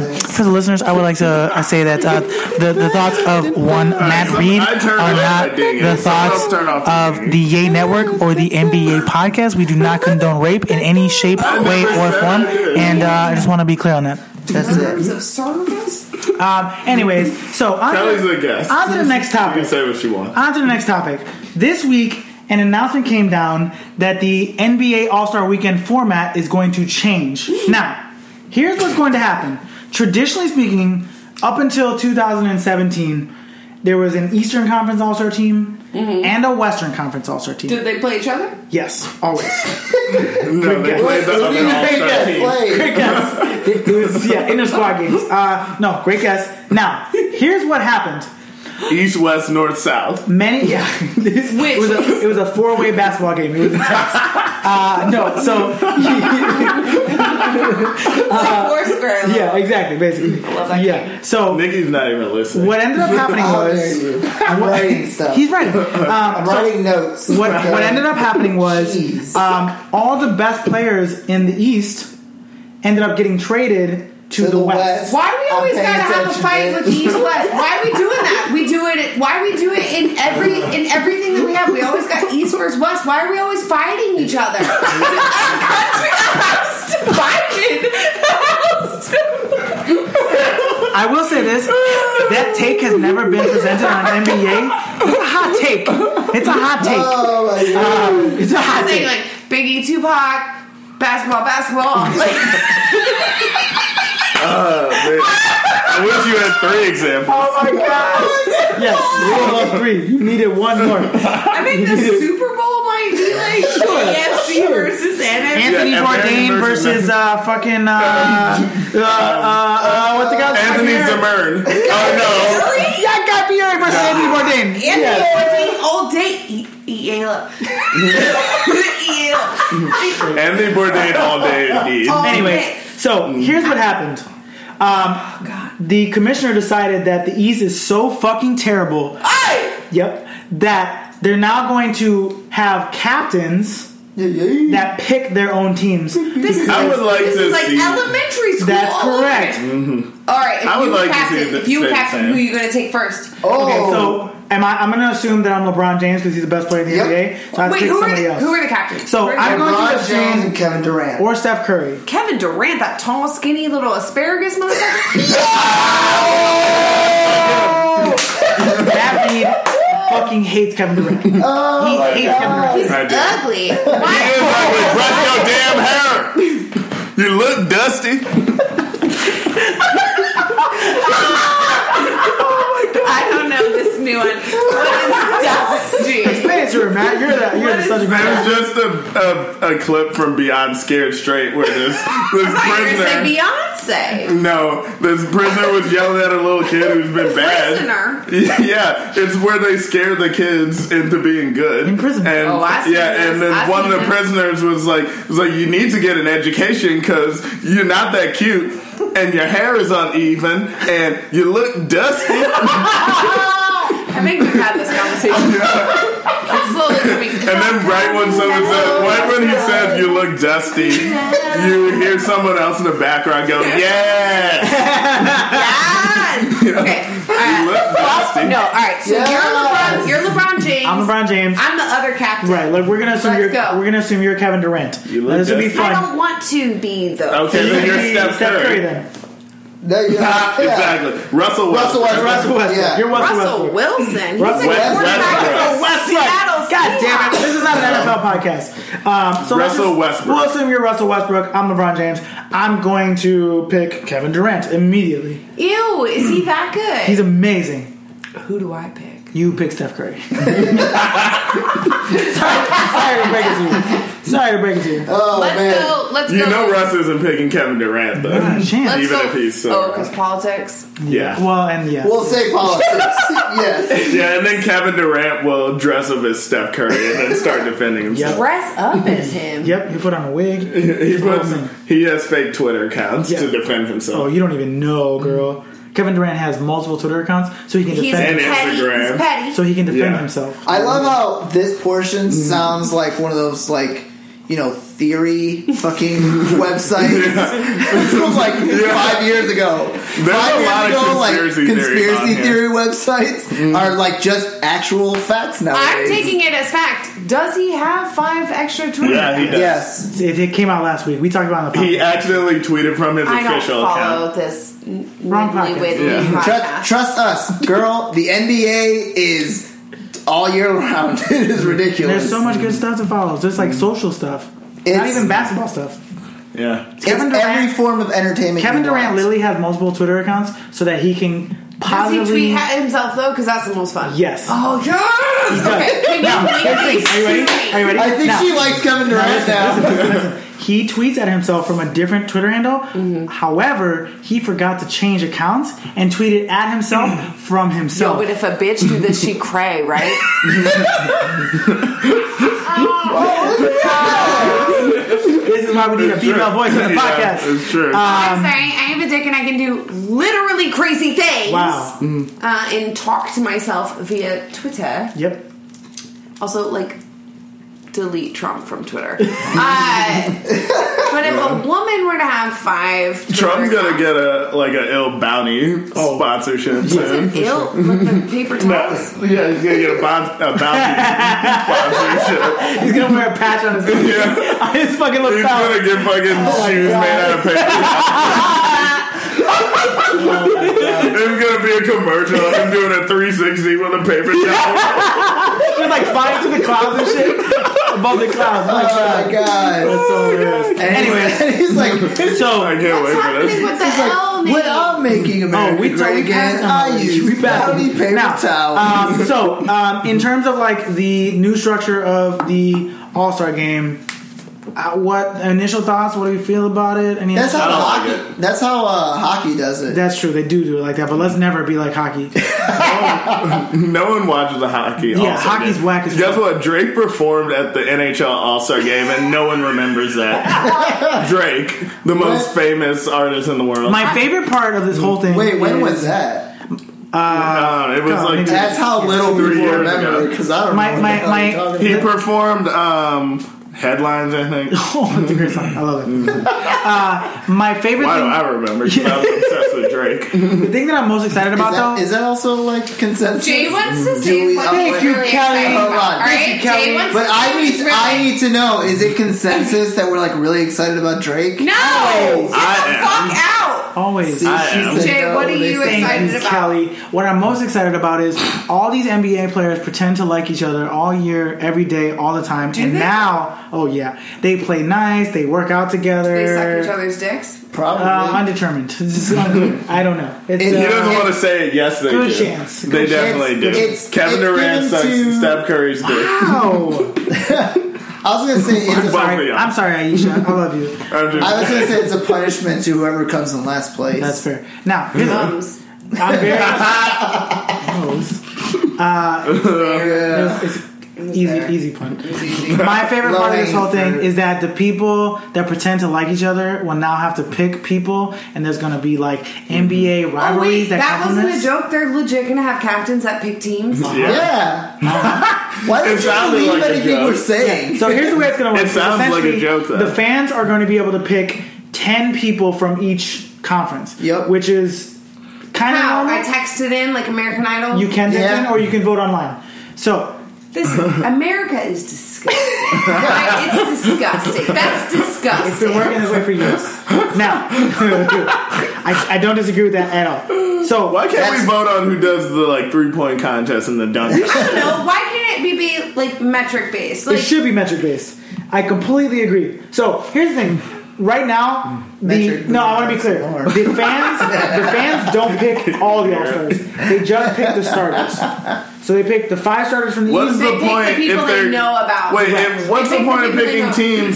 [SPEAKER 4] Um, <clears throat> for the listeners, I would like to uh, say that uh, the, the thoughts of one Matt
[SPEAKER 3] so
[SPEAKER 4] Reed
[SPEAKER 3] I turned
[SPEAKER 4] are
[SPEAKER 3] it off,
[SPEAKER 4] not
[SPEAKER 3] I dig it.
[SPEAKER 4] the
[SPEAKER 3] Someone
[SPEAKER 4] thoughts
[SPEAKER 3] else turn off the
[SPEAKER 4] of
[SPEAKER 3] dinghy.
[SPEAKER 4] the Yay Network or the NBA podcast. We do not condone rape in any shape, way, or
[SPEAKER 3] said
[SPEAKER 4] form.
[SPEAKER 3] I did.
[SPEAKER 4] And uh, I just want to be clear on that. That's it.
[SPEAKER 1] Terms of service?
[SPEAKER 4] Um, anyways, so on
[SPEAKER 3] Kelly's
[SPEAKER 4] to,
[SPEAKER 3] the guest.
[SPEAKER 4] on to the next
[SPEAKER 3] You can
[SPEAKER 4] topic.
[SPEAKER 3] say what you want.
[SPEAKER 4] On to the next topic. This week, an announcement came down that the NBA All Star Weekend format is going to change. Now, here's what's going to happen. Traditionally speaking, up until 2017, there was an Eastern Conference All Star team and a Western Conference All Star team.
[SPEAKER 1] Did they play each other?
[SPEAKER 4] yes, always.
[SPEAKER 3] No, they played the
[SPEAKER 5] Who do
[SPEAKER 3] other
[SPEAKER 5] you think
[SPEAKER 3] all-star
[SPEAKER 5] that
[SPEAKER 3] team.
[SPEAKER 4] <laughs>
[SPEAKER 5] played?
[SPEAKER 4] Great guess. <laughs> It was, yeah, inner squad games. Uh, no, great guess. Now, here's what happened.
[SPEAKER 3] East, west, north, south.
[SPEAKER 4] Many, <laughs> yeah. This, it was a, it was a four way basketball game. It was intense. Uh, no, so
[SPEAKER 1] Like four square.
[SPEAKER 4] Uh, yeah, exactly, basically.
[SPEAKER 1] love that
[SPEAKER 4] yeah.
[SPEAKER 1] game.
[SPEAKER 4] So
[SPEAKER 3] Nicky's not even listening.
[SPEAKER 4] what ended up happening
[SPEAKER 5] How dare
[SPEAKER 4] was <laughs>
[SPEAKER 5] you? I'm writing stuff.
[SPEAKER 4] he's right. Um,
[SPEAKER 5] I'm
[SPEAKER 4] so
[SPEAKER 5] writing notes.
[SPEAKER 4] what what ended up happening
[SPEAKER 5] Jeez.
[SPEAKER 4] was um, all the best players in the East ended up getting traded to, the, West.
[SPEAKER 1] Why we
[SPEAKER 5] I'm
[SPEAKER 1] always
[SPEAKER 5] paying
[SPEAKER 1] gotta have a
[SPEAKER 5] attention,
[SPEAKER 1] fight
[SPEAKER 5] bitch.
[SPEAKER 1] with the East West? Why are we doing that? We do it. Why we do it in every in everything that we have? We always got East versus West. Why are we always fighting each
[SPEAKER 4] <laughs>
[SPEAKER 1] other? Our country has to fight it.
[SPEAKER 4] I will say this: that take has never been presented on NBA. It's a hot take. It's a hot take.
[SPEAKER 5] Oh my god.
[SPEAKER 4] Um, it's a hot
[SPEAKER 1] Saying like
[SPEAKER 4] take.
[SPEAKER 1] Biggie, Tupac, basketball,
[SPEAKER 4] <laughs>
[SPEAKER 1] basketball. Like,
[SPEAKER 3] I wish you had three examples.
[SPEAKER 4] Oh <laughs> my god! Yes, you only need three. You needed one <laughs> more.
[SPEAKER 1] I think the Super Bowl might be like AFC versus NFC.
[SPEAKER 4] Anthony
[SPEAKER 3] Yeah, Anthony
[SPEAKER 4] Bourdain versus
[SPEAKER 3] versus-
[SPEAKER 4] uh, <laughs> fucking uh, uh, uh, uh, what's the guy's
[SPEAKER 3] Anthony
[SPEAKER 1] <laughs>
[SPEAKER 3] Zimmern. Oh
[SPEAKER 4] Yeah, Guy Fieri versus Anthony Bourdain.
[SPEAKER 1] Anthony
[SPEAKER 4] Yeah.
[SPEAKER 1] Bourdain all day. E- <laughs> Yale. Yale.
[SPEAKER 3] no. Anthony Bourdain all day indeed.
[SPEAKER 1] Oh.
[SPEAKER 4] Anyways, so here's what happened. Um, the commissioner decided that the East is so fucking terrible. Yep. That they're now going to have captains that pick their own teams.
[SPEAKER 1] This is
[SPEAKER 3] I
[SPEAKER 1] like,
[SPEAKER 3] would like
[SPEAKER 1] this
[SPEAKER 3] to
[SPEAKER 1] is like
[SPEAKER 3] see-
[SPEAKER 1] elementary school.
[SPEAKER 4] That's
[SPEAKER 1] all over
[SPEAKER 4] correct.
[SPEAKER 1] it. All right. If
[SPEAKER 3] I would
[SPEAKER 1] you
[SPEAKER 3] like to
[SPEAKER 1] captain,
[SPEAKER 3] see the
[SPEAKER 1] if you
[SPEAKER 3] same
[SPEAKER 1] captain,
[SPEAKER 3] thing.
[SPEAKER 1] who are you going to take first?
[SPEAKER 4] <laughs> Okay,
[SPEAKER 5] Oh,
[SPEAKER 4] so am I? I'm going to assume that I'm LeBron James because he's the best player in the
[SPEAKER 5] Yep.
[SPEAKER 4] NBA. So I have to
[SPEAKER 1] Wait,
[SPEAKER 4] pick
[SPEAKER 1] who are,
[SPEAKER 4] somebody
[SPEAKER 1] the,
[SPEAKER 4] else.
[SPEAKER 1] who are the captains?
[SPEAKER 4] So
[SPEAKER 1] Who are the
[SPEAKER 4] I'm
[SPEAKER 1] captains?
[SPEAKER 4] going to
[SPEAKER 5] LeBron
[SPEAKER 4] assume-
[SPEAKER 5] James and Kevin Durant.
[SPEAKER 4] or Steph Curry.
[SPEAKER 1] Kevin Durant, that tall, skinny little asparagus
[SPEAKER 3] <laughs>
[SPEAKER 1] motherfucker.
[SPEAKER 4] That dude fucking hates Kevin Durant. he hates Kevin Durant.
[SPEAKER 1] Oh. He's
[SPEAKER 3] I do.
[SPEAKER 1] ugly.
[SPEAKER 3] You
[SPEAKER 1] Why?
[SPEAKER 3] look like we brushed your damn hair. You look dusty.
[SPEAKER 1] <laughs> I don't know this new <laughs> one. What is dusty?
[SPEAKER 4] Pay it to her, Matt. You're the you're the subject matter.
[SPEAKER 3] That was just a, a, a clip from Beyond Scared Straight
[SPEAKER 1] <laughs>
[SPEAKER 3] where this, this
[SPEAKER 1] I thought you were
[SPEAKER 3] prisoner.
[SPEAKER 1] going to say Beyonce.
[SPEAKER 3] No, this prisoner was yelling at a little kid who's been bad. <laughs> Yeah, it's where they scare the kids into being good
[SPEAKER 4] In prison.
[SPEAKER 3] And
[SPEAKER 1] Oh, I see
[SPEAKER 3] yeah,
[SPEAKER 1] this.
[SPEAKER 3] and then
[SPEAKER 1] I
[SPEAKER 3] one of
[SPEAKER 1] see
[SPEAKER 3] the
[SPEAKER 1] this.
[SPEAKER 3] prisoners was like, was like, you need to get an education because you're not that cute, and your hair is uneven, and you
[SPEAKER 1] <laughs>
[SPEAKER 3] look dusty.
[SPEAKER 1] I think we've had this
[SPEAKER 3] <laughs>
[SPEAKER 1] conversation. It's slowly coming.
[SPEAKER 3] And then right when someone says, right when he says you
[SPEAKER 1] <laughs>
[SPEAKER 3] look dusty, you hear someone else in the background go, yes, <laughs>
[SPEAKER 1] Yes. Okay. All
[SPEAKER 3] you
[SPEAKER 1] <laughs> right.
[SPEAKER 3] look dusty.
[SPEAKER 1] No. All right. So
[SPEAKER 5] Yes.
[SPEAKER 1] you're LeBron. You're LeBron James.
[SPEAKER 4] I'm LeBron James.
[SPEAKER 1] I'm the other captain.
[SPEAKER 4] Right, like we're gonna assume
[SPEAKER 1] Let's
[SPEAKER 4] you're
[SPEAKER 1] go.
[SPEAKER 4] we're gonna assume you're Kevin Durant.
[SPEAKER 3] You look
[SPEAKER 4] this would be
[SPEAKER 3] good.
[SPEAKER 1] I
[SPEAKER 4] fun.
[SPEAKER 1] don't want to be though.
[SPEAKER 3] Okay, then
[SPEAKER 4] You'd be
[SPEAKER 3] you're Steph Curry.
[SPEAKER 4] then.
[SPEAKER 5] no,
[SPEAKER 4] <laughs>
[SPEAKER 5] you're
[SPEAKER 3] Ah,
[SPEAKER 5] not. Yeah.
[SPEAKER 3] <laughs> Exactly. Russell Westbrook.
[SPEAKER 5] Russell Westbrook.
[SPEAKER 4] Russell Westbrook.
[SPEAKER 5] Yeah.
[SPEAKER 4] You're Russell
[SPEAKER 1] Russell
[SPEAKER 4] Westbrook.
[SPEAKER 1] Wilson.
[SPEAKER 4] Russell
[SPEAKER 1] He's like
[SPEAKER 3] Westbrook.
[SPEAKER 1] quarterback of
[SPEAKER 3] Russell
[SPEAKER 1] the
[SPEAKER 4] Westbrook.
[SPEAKER 1] Seattle
[SPEAKER 4] God damn it!
[SPEAKER 1] Seahawks.
[SPEAKER 4] This is not an NFL podcast. Um, so let's
[SPEAKER 3] Russell
[SPEAKER 4] just-
[SPEAKER 3] Westbrook.
[SPEAKER 4] We'll assume you're Russell Westbrook. I'm LeBron James. I'm going to pick Kevin Durant immediately.
[SPEAKER 1] Ew. Is he that good?
[SPEAKER 4] He's amazing.
[SPEAKER 1] Who do I pick?
[SPEAKER 4] You pick Steph Curry. <laughs> sorry, sorry to break it to you. Sorry to break it to you.
[SPEAKER 5] Oh
[SPEAKER 1] let's
[SPEAKER 5] man.
[SPEAKER 1] go. Let's
[SPEAKER 3] You
[SPEAKER 1] go.
[SPEAKER 3] know Russ isn't picking Kevin Durant though.
[SPEAKER 4] Not a chance.
[SPEAKER 1] Let's
[SPEAKER 3] even
[SPEAKER 1] go.
[SPEAKER 3] if he's uh, so-
[SPEAKER 1] oh, because politics.
[SPEAKER 3] Yeah.
[SPEAKER 4] Well, and yeah.
[SPEAKER 3] <laughs>
[SPEAKER 5] We'll say politics. yes.
[SPEAKER 3] Yeah, and then Kevin Durant will dress up as Steph Curry and
[SPEAKER 4] <laughs>
[SPEAKER 3] then start defending himself.
[SPEAKER 1] Dress up as him.
[SPEAKER 4] Yep, you put on a wig.
[SPEAKER 3] <laughs> He puts, he has fake Twitter accounts
[SPEAKER 4] Yeah.
[SPEAKER 3] to defend
[SPEAKER 4] Oh,
[SPEAKER 3] himself.
[SPEAKER 4] you don't even know, girl. Kevin Durant has multiple Twitter accounts, so he can
[SPEAKER 1] He's
[SPEAKER 4] defend.
[SPEAKER 3] And
[SPEAKER 1] petty.
[SPEAKER 3] Instagram.
[SPEAKER 1] He's petty.
[SPEAKER 4] so he can defend
[SPEAKER 3] Yeah.
[SPEAKER 4] himself.
[SPEAKER 5] I love how this portion
[SPEAKER 4] Mm.
[SPEAKER 5] sounds like one of those like you know
[SPEAKER 4] <laughs>
[SPEAKER 5] theory fucking websites <laughs> from like five years ago.
[SPEAKER 3] There's
[SPEAKER 5] five
[SPEAKER 3] a
[SPEAKER 5] years
[SPEAKER 3] lot of
[SPEAKER 5] ago, like
[SPEAKER 3] conspiracy theories on
[SPEAKER 5] conspiracy
[SPEAKER 3] here.
[SPEAKER 5] theory websites
[SPEAKER 4] Mm.
[SPEAKER 5] are like just actual facts nowadays.
[SPEAKER 1] I'm taking it as fact. Does he have five extra Twitter?
[SPEAKER 3] Yeah, he does.
[SPEAKER 5] Yes.
[SPEAKER 4] It, it came out last week. We talked about it on the podcast.
[SPEAKER 3] He accidentally tweeted from his
[SPEAKER 1] I don't
[SPEAKER 3] official
[SPEAKER 1] follow
[SPEAKER 3] account.
[SPEAKER 1] this
[SPEAKER 4] Wrong pocket.
[SPEAKER 1] with uh,
[SPEAKER 3] Yeah.
[SPEAKER 1] the podcast.
[SPEAKER 5] Trust, trust
[SPEAKER 4] <laughs>
[SPEAKER 5] us, girl. The NBA is all year round. <laughs> It is ridiculous.
[SPEAKER 4] There's so much good stuff to follow. Just like social stuff, not
[SPEAKER 5] Mm. It's-
[SPEAKER 4] even basketball stuff.
[SPEAKER 3] Yeah.
[SPEAKER 5] It's
[SPEAKER 4] Kevin Durant-
[SPEAKER 5] every form of entertainment.
[SPEAKER 4] Kevin
[SPEAKER 5] you
[SPEAKER 4] Durant
[SPEAKER 5] want.
[SPEAKER 4] literally has multiple Twitter accounts so that he can
[SPEAKER 1] Does he
[SPEAKER 4] positively.
[SPEAKER 1] tweet at himself though? Because that's the most fun.
[SPEAKER 4] Yes.
[SPEAKER 1] Oh yes.
[SPEAKER 4] <laughs>
[SPEAKER 1] Okay. Can
[SPEAKER 4] Now, here's the
[SPEAKER 1] you link
[SPEAKER 4] thing. Are you
[SPEAKER 1] these
[SPEAKER 4] ready? Are
[SPEAKER 1] two?
[SPEAKER 4] you ready?
[SPEAKER 5] I think
[SPEAKER 4] Now,
[SPEAKER 5] she likes Kevin
[SPEAKER 4] now
[SPEAKER 5] Durant
[SPEAKER 4] listen,
[SPEAKER 5] now.
[SPEAKER 4] listen, listen,
[SPEAKER 5] <laughs>
[SPEAKER 4] listen. He tweets at himself from a different Twitter handle.
[SPEAKER 1] Mm-hmm.
[SPEAKER 4] However, he forgot to change accounts and tweeted at himself from
[SPEAKER 1] Mm. Yo,
[SPEAKER 4] himself.
[SPEAKER 1] but if a bitch do this, she cray,
[SPEAKER 4] <laughs>
[SPEAKER 1] right?
[SPEAKER 4] this is why we need a
[SPEAKER 3] It's true.
[SPEAKER 4] female voice on the
[SPEAKER 3] <laughs> Yeah,
[SPEAKER 4] podcast. Uh,
[SPEAKER 3] it's true.
[SPEAKER 1] I'm
[SPEAKER 4] Um,
[SPEAKER 1] saying I have a dick and I can do literally crazy things.
[SPEAKER 4] Wow. Mm-hmm.
[SPEAKER 1] Uh, and talk to myself via Twitter.
[SPEAKER 4] Yep.
[SPEAKER 1] Also, like, delete Trump from <laughs> Twitter. uh, but if a woman were to have five, Twitter
[SPEAKER 3] Trump's gonna
[SPEAKER 4] <laughs>
[SPEAKER 1] accounts-
[SPEAKER 3] get a like an ill bounty
[SPEAKER 4] Oh.
[SPEAKER 3] sponsorship soon.
[SPEAKER 1] ill with the <laughs> paper
[SPEAKER 3] No,
[SPEAKER 1] towels.
[SPEAKER 3] <laughs> yeah, he's gonna get a, bon- a bounty
[SPEAKER 4] <laughs>
[SPEAKER 3] sponsorship. <laughs>
[SPEAKER 4] He's gonna wear a patch on his <laughs>
[SPEAKER 3] Yeah.
[SPEAKER 4] his fucking
[SPEAKER 3] He's
[SPEAKER 4] looks out.
[SPEAKER 3] gonna get fucking
[SPEAKER 4] Oh
[SPEAKER 3] shoes made out of paper. There's gonna be a commercial of him doing a 360 with a paper towel.
[SPEAKER 4] He's like flying to the clouds and shit. Above the clouds. My
[SPEAKER 5] Oh
[SPEAKER 4] God. <laughs>
[SPEAKER 5] my god.
[SPEAKER 4] That's so hilarious.
[SPEAKER 5] And he's- and <laughs>
[SPEAKER 4] <laughs>
[SPEAKER 5] he's like,
[SPEAKER 3] I
[SPEAKER 4] So
[SPEAKER 3] can't
[SPEAKER 1] What's
[SPEAKER 3] wait
[SPEAKER 1] happening
[SPEAKER 3] for this.
[SPEAKER 1] with the
[SPEAKER 5] he's
[SPEAKER 1] L
[SPEAKER 5] like,
[SPEAKER 1] name?
[SPEAKER 5] when I'm making America
[SPEAKER 4] Oh, we
[SPEAKER 5] great
[SPEAKER 4] totally
[SPEAKER 5] again,
[SPEAKER 4] passed on
[SPEAKER 5] I
[SPEAKER 4] that.
[SPEAKER 5] use
[SPEAKER 4] We passed on
[SPEAKER 5] bounty
[SPEAKER 4] that.
[SPEAKER 5] paper
[SPEAKER 4] Now,
[SPEAKER 5] towel.
[SPEAKER 4] Um, so, um, in terms of like the new structure of the All Star Game, uh, what initial thoughts? What do you feel about it? Any
[SPEAKER 5] that's how
[SPEAKER 3] don't like
[SPEAKER 5] hockey.
[SPEAKER 3] it.
[SPEAKER 5] that's how uh, hockey does it.
[SPEAKER 4] That's true. They do do it like that, but let's never be like hockey.
[SPEAKER 3] No one watches the hockey.
[SPEAKER 4] Yeah,
[SPEAKER 3] All-Star
[SPEAKER 4] hockey's
[SPEAKER 3] game.
[SPEAKER 4] whack as
[SPEAKER 3] Guess
[SPEAKER 4] fuck.
[SPEAKER 3] what? Drake performed at the NHL All Star Game, and no one remembers
[SPEAKER 4] <laughs>
[SPEAKER 3] that. Drake, the most famous artist in the world.
[SPEAKER 5] <laughs>
[SPEAKER 4] My favorite part of this whole thing. <laughs>
[SPEAKER 5] Wait, when
[SPEAKER 4] is-
[SPEAKER 5] was that?
[SPEAKER 3] Uh, it was
[SPEAKER 4] God,
[SPEAKER 3] like
[SPEAKER 4] maybe-
[SPEAKER 5] That's how little
[SPEAKER 3] three
[SPEAKER 5] people
[SPEAKER 3] years
[SPEAKER 5] remember
[SPEAKER 3] ago.
[SPEAKER 5] because I don't
[SPEAKER 4] My-
[SPEAKER 5] know what
[SPEAKER 4] my-
[SPEAKER 5] the hell
[SPEAKER 4] my-
[SPEAKER 5] you're talking about.
[SPEAKER 3] he performed um, headlines.
[SPEAKER 4] <laughs>
[SPEAKER 3] I think.
[SPEAKER 4] Oh, it's a great song. I love it.
[SPEAKER 5] <laughs>
[SPEAKER 4] uh, my favorite
[SPEAKER 3] Why do
[SPEAKER 4] thing,
[SPEAKER 3] I remember? 'Cause I was obsessed with Drake.
[SPEAKER 4] the thing that I'm most excited
[SPEAKER 5] Is
[SPEAKER 4] about
[SPEAKER 5] that,
[SPEAKER 4] though,
[SPEAKER 5] is that also like consensus? Mm.
[SPEAKER 1] Jay wants to
[SPEAKER 5] Do
[SPEAKER 1] see
[SPEAKER 5] we
[SPEAKER 1] what
[SPEAKER 5] upload-
[SPEAKER 1] he's
[SPEAKER 5] Thank you,
[SPEAKER 1] really
[SPEAKER 4] Kelly.
[SPEAKER 1] excited
[SPEAKER 5] Hold
[SPEAKER 1] about.
[SPEAKER 5] on.
[SPEAKER 1] All
[SPEAKER 4] Thank you,
[SPEAKER 1] right?
[SPEAKER 4] Kelly.
[SPEAKER 1] Jay wants
[SPEAKER 5] But
[SPEAKER 1] to see
[SPEAKER 5] I
[SPEAKER 1] what
[SPEAKER 5] need
[SPEAKER 1] he's really-
[SPEAKER 5] I need to know is it consensus that we're like really excited about Drake?
[SPEAKER 1] No! Get
[SPEAKER 3] I
[SPEAKER 1] the
[SPEAKER 3] am.
[SPEAKER 1] fuck out!
[SPEAKER 4] always.
[SPEAKER 5] See,
[SPEAKER 3] I
[SPEAKER 5] she
[SPEAKER 3] am.
[SPEAKER 5] said
[SPEAKER 1] Jay,
[SPEAKER 5] no,
[SPEAKER 1] what are
[SPEAKER 5] they
[SPEAKER 1] you
[SPEAKER 5] said-
[SPEAKER 1] <laughs> excited-
[SPEAKER 4] Thank you,
[SPEAKER 1] about?
[SPEAKER 4] Kelly. What I'm most excited about is all these NBA players pretend to like each other all year, every day, all the time. and
[SPEAKER 1] they?
[SPEAKER 4] now, oh yeah, they play nice, they work out together.
[SPEAKER 1] They suck each other's dicks.
[SPEAKER 5] Probably.
[SPEAKER 4] Uh, undetermined. <laughs> This is un- I don't know. It's,
[SPEAKER 5] He
[SPEAKER 4] uh, <laughs>
[SPEAKER 3] He doesn't want to say it. Yes, they
[SPEAKER 4] Good
[SPEAKER 3] do.
[SPEAKER 4] chance.
[SPEAKER 3] They
[SPEAKER 4] Good
[SPEAKER 3] definitely
[SPEAKER 5] chance.
[SPEAKER 3] do.
[SPEAKER 5] It's-
[SPEAKER 3] Kevin
[SPEAKER 5] it's
[SPEAKER 3] Durant
[SPEAKER 5] given
[SPEAKER 3] sucks
[SPEAKER 5] to-
[SPEAKER 3] Steph Curry's dick.
[SPEAKER 4] Ow.
[SPEAKER 5] I was gonna say it's a,
[SPEAKER 3] But-
[SPEAKER 4] Sorry. I'm sorry, Aisha. I
[SPEAKER 1] <laughs>
[SPEAKER 4] love you.
[SPEAKER 3] I'm just-
[SPEAKER 5] I was gonna say it's a punishment to whoever comes in last place.
[SPEAKER 4] That's fair.
[SPEAKER 1] <laughs>
[SPEAKER 4] Now, here's the-
[SPEAKER 1] Bums.
[SPEAKER 4] I'm
[SPEAKER 1] <laughs>
[SPEAKER 4] very. <laughs> Gross.
[SPEAKER 5] <laughs> Yeah.
[SPEAKER 4] Uh, It's, it's easy,
[SPEAKER 5] there.
[SPEAKER 4] easy pun. My favorite
[SPEAKER 5] Low
[SPEAKER 4] part of this whole thing
[SPEAKER 5] hanging fruit.
[SPEAKER 4] is that the people that pretend to like each other will now have to pick people, and there's going to be like NBA
[SPEAKER 1] Oh, wait,
[SPEAKER 4] rivalries that,
[SPEAKER 1] that wasn't a
[SPEAKER 4] complements.
[SPEAKER 1] joke. They're legit gonna have captains that pick teams.
[SPEAKER 3] yeah.
[SPEAKER 5] Yeah. <laughs> Why
[SPEAKER 3] It
[SPEAKER 5] don't you
[SPEAKER 3] sounded
[SPEAKER 5] believe
[SPEAKER 3] like a
[SPEAKER 5] anything
[SPEAKER 3] joke.
[SPEAKER 5] we're saying?
[SPEAKER 4] So here's the way it's going to work.
[SPEAKER 3] It sounds like a
[SPEAKER 4] Essentially,
[SPEAKER 3] joke, though.
[SPEAKER 4] The fans are going to be able to pick ten people from each conference.
[SPEAKER 5] Yep.
[SPEAKER 4] Which is kind of
[SPEAKER 1] How?
[SPEAKER 4] normal.
[SPEAKER 1] I texted in like American Idol.
[SPEAKER 4] you can
[SPEAKER 5] Yeah.
[SPEAKER 4] yeah. in, or you can vote online. So <laughs>
[SPEAKER 1] This America is disgusting. Like, it's disgusting. That's
[SPEAKER 4] It's been
[SPEAKER 1] disgusting.
[SPEAKER 4] working this way for years. Now, <laughs> I, I don't disagree with that at all. So,
[SPEAKER 3] Why can't
[SPEAKER 5] That's-
[SPEAKER 3] we vote on who does the like three point contest and
[SPEAKER 4] <laughs>
[SPEAKER 3] the dunk?
[SPEAKER 1] No, why can't it be, be like metric based?
[SPEAKER 4] it
[SPEAKER 1] Like
[SPEAKER 4] should be metric based. I completely agree. So, here's the thing. Right now, the
[SPEAKER 5] Metric
[SPEAKER 4] no, I want to be clear.
[SPEAKER 5] Lord.
[SPEAKER 4] The fans, the fans don't pick all the all stars. They just pick the starters. So they pick the five starters from the
[SPEAKER 3] What's
[SPEAKER 4] East.
[SPEAKER 1] They
[SPEAKER 3] the
[SPEAKER 1] pick the
[SPEAKER 3] point
[SPEAKER 1] people
[SPEAKER 3] if
[SPEAKER 1] they
[SPEAKER 3] they're
[SPEAKER 1] know about.
[SPEAKER 3] Wait,
[SPEAKER 1] Right.
[SPEAKER 3] if, what's
[SPEAKER 1] They
[SPEAKER 3] the
[SPEAKER 1] pick the
[SPEAKER 3] point of
[SPEAKER 1] people they
[SPEAKER 3] picking
[SPEAKER 1] know.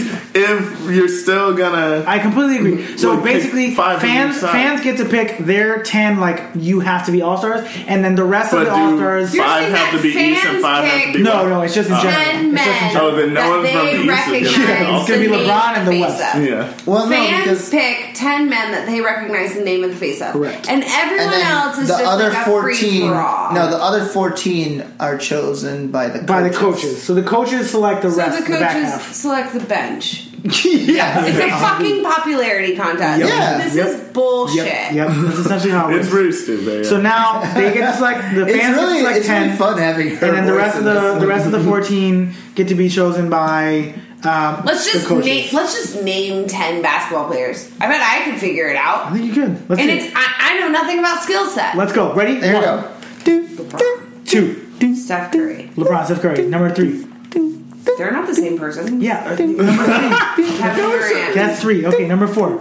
[SPEAKER 3] teams if you're still gonna?
[SPEAKER 4] I completely agree. So
[SPEAKER 3] Like, pick
[SPEAKER 4] basically,
[SPEAKER 3] five from
[SPEAKER 4] fans
[SPEAKER 3] each side.
[SPEAKER 4] fans get to pick their ten. Like you have to be all stars, and then the rest of
[SPEAKER 3] But do
[SPEAKER 4] the all stars.
[SPEAKER 1] You're
[SPEAKER 3] five
[SPEAKER 1] saying
[SPEAKER 3] have to
[SPEAKER 1] that
[SPEAKER 3] be east and
[SPEAKER 1] fans
[SPEAKER 3] five have to be
[SPEAKER 4] No,
[SPEAKER 3] west?
[SPEAKER 4] no, it's just in general.
[SPEAKER 1] ten
[SPEAKER 4] It's just in
[SPEAKER 1] men
[SPEAKER 4] general.
[SPEAKER 3] Oh, then no
[SPEAKER 1] that
[SPEAKER 3] one's from the
[SPEAKER 1] they
[SPEAKER 3] East is
[SPEAKER 1] recognize.
[SPEAKER 3] gonna be
[SPEAKER 1] the
[SPEAKER 3] all- It's
[SPEAKER 4] gonna be
[SPEAKER 1] name
[SPEAKER 4] LeBron and the
[SPEAKER 1] face
[SPEAKER 4] West.
[SPEAKER 1] up.
[SPEAKER 3] Yeah.
[SPEAKER 5] Well, no,
[SPEAKER 1] Fans
[SPEAKER 5] because
[SPEAKER 1] pick ten men that they recognize the name of the face up,
[SPEAKER 4] Correct.
[SPEAKER 1] and everyone
[SPEAKER 5] and then
[SPEAKER 1] else is
[SPEAKER 5] the
[SPEAKER 1] just
[SPEAKER 5] other
[SPEAKER 1] like a free
[SPEAKER 5] fourteen.
[SPEAKER 1] for all.
[SPEAKER 5] No, the other fourteen are chosen by the
[SPEAKER 4] by the coaches. So the coaches select the
[SPEAKER 1] so
[SPEAKER 4] rest,
[SPEAKER 1] the
[SPEAKER 4] the, back
[SPEAKER 1] coaches
[SPEAKER 3] <laughs>
[SPEAKER 4] half.
[SPEAKER 1] select the bench. bitch.
[SPEAKER 2] yeah.
[SPEAKER 1] It's a
[SPEAKER 4] <laughs>
[SPEAKER 1] fucking popularity contest.
[SPEAKER 5] Yeah.
[SPEAKER 1] This
[SPEAKER 4] Yep.
[SPEAKER 1] is bullshit.
[SPEAKER 4] Yep, that's essentially how it
[SPEAKER 3] It's
[SPEAKER 4] works.
[SPEAKER 3] pretty stupid.
[SPEAKER 4] So now they get to like the fans
[SPEAKER 5] <laughs> It's
[SPEAKER 4] get to
[SPEAKER 5] really,
[SPEAKER 4] select
[SPEAKER 5] it's
[SPEAKER 4] ten,
[SPEAKER 5] really fun having her.
[SPEAKER 4] and then the
[SPEAKER 5] voice
[SPEAKER 4] rest of
[SPEAKER 5] in
[SPEAKER 4] the
[SPEAKER 5] this.
[SPEAKER 4] the rest of the fourteen get to be chosen by. Um,
[SPEAKER 1] Let's
[SPEAKER 4] the
[SPEAKER 1] just
[SPEAKER 4] coaches.
[SPEAKER 1] name, let's just name ten basketball players. I bet I could figure it
[SPEAKER 4] I
[SPEAKER 1] out.
[SPEAKER 4] think you could. Let's
[SPEAKER 1] And
[SPEAKER 4] do it.
[SPEAKER 1] it's I, I know nothing about skill set.
[SPEAKER 4] Let's go. Ready?
[SPEAKER 5] There you
[SPEAKER 4] One,
[SPEAKER 5] go.
[SPEAKER 4] do, do, two. Do.
[SPEAKER 1] Steph Curry.
[SPEAKER 4] LeBron, Steph Curry, number three.
[SPEAKER 1] They're not the same person.
[SPEAKER 4] Yeah, uh, number three.
[SPEAKER 1] Kevin Durant.
[SPEAKER 4] That's three. Okay, number four.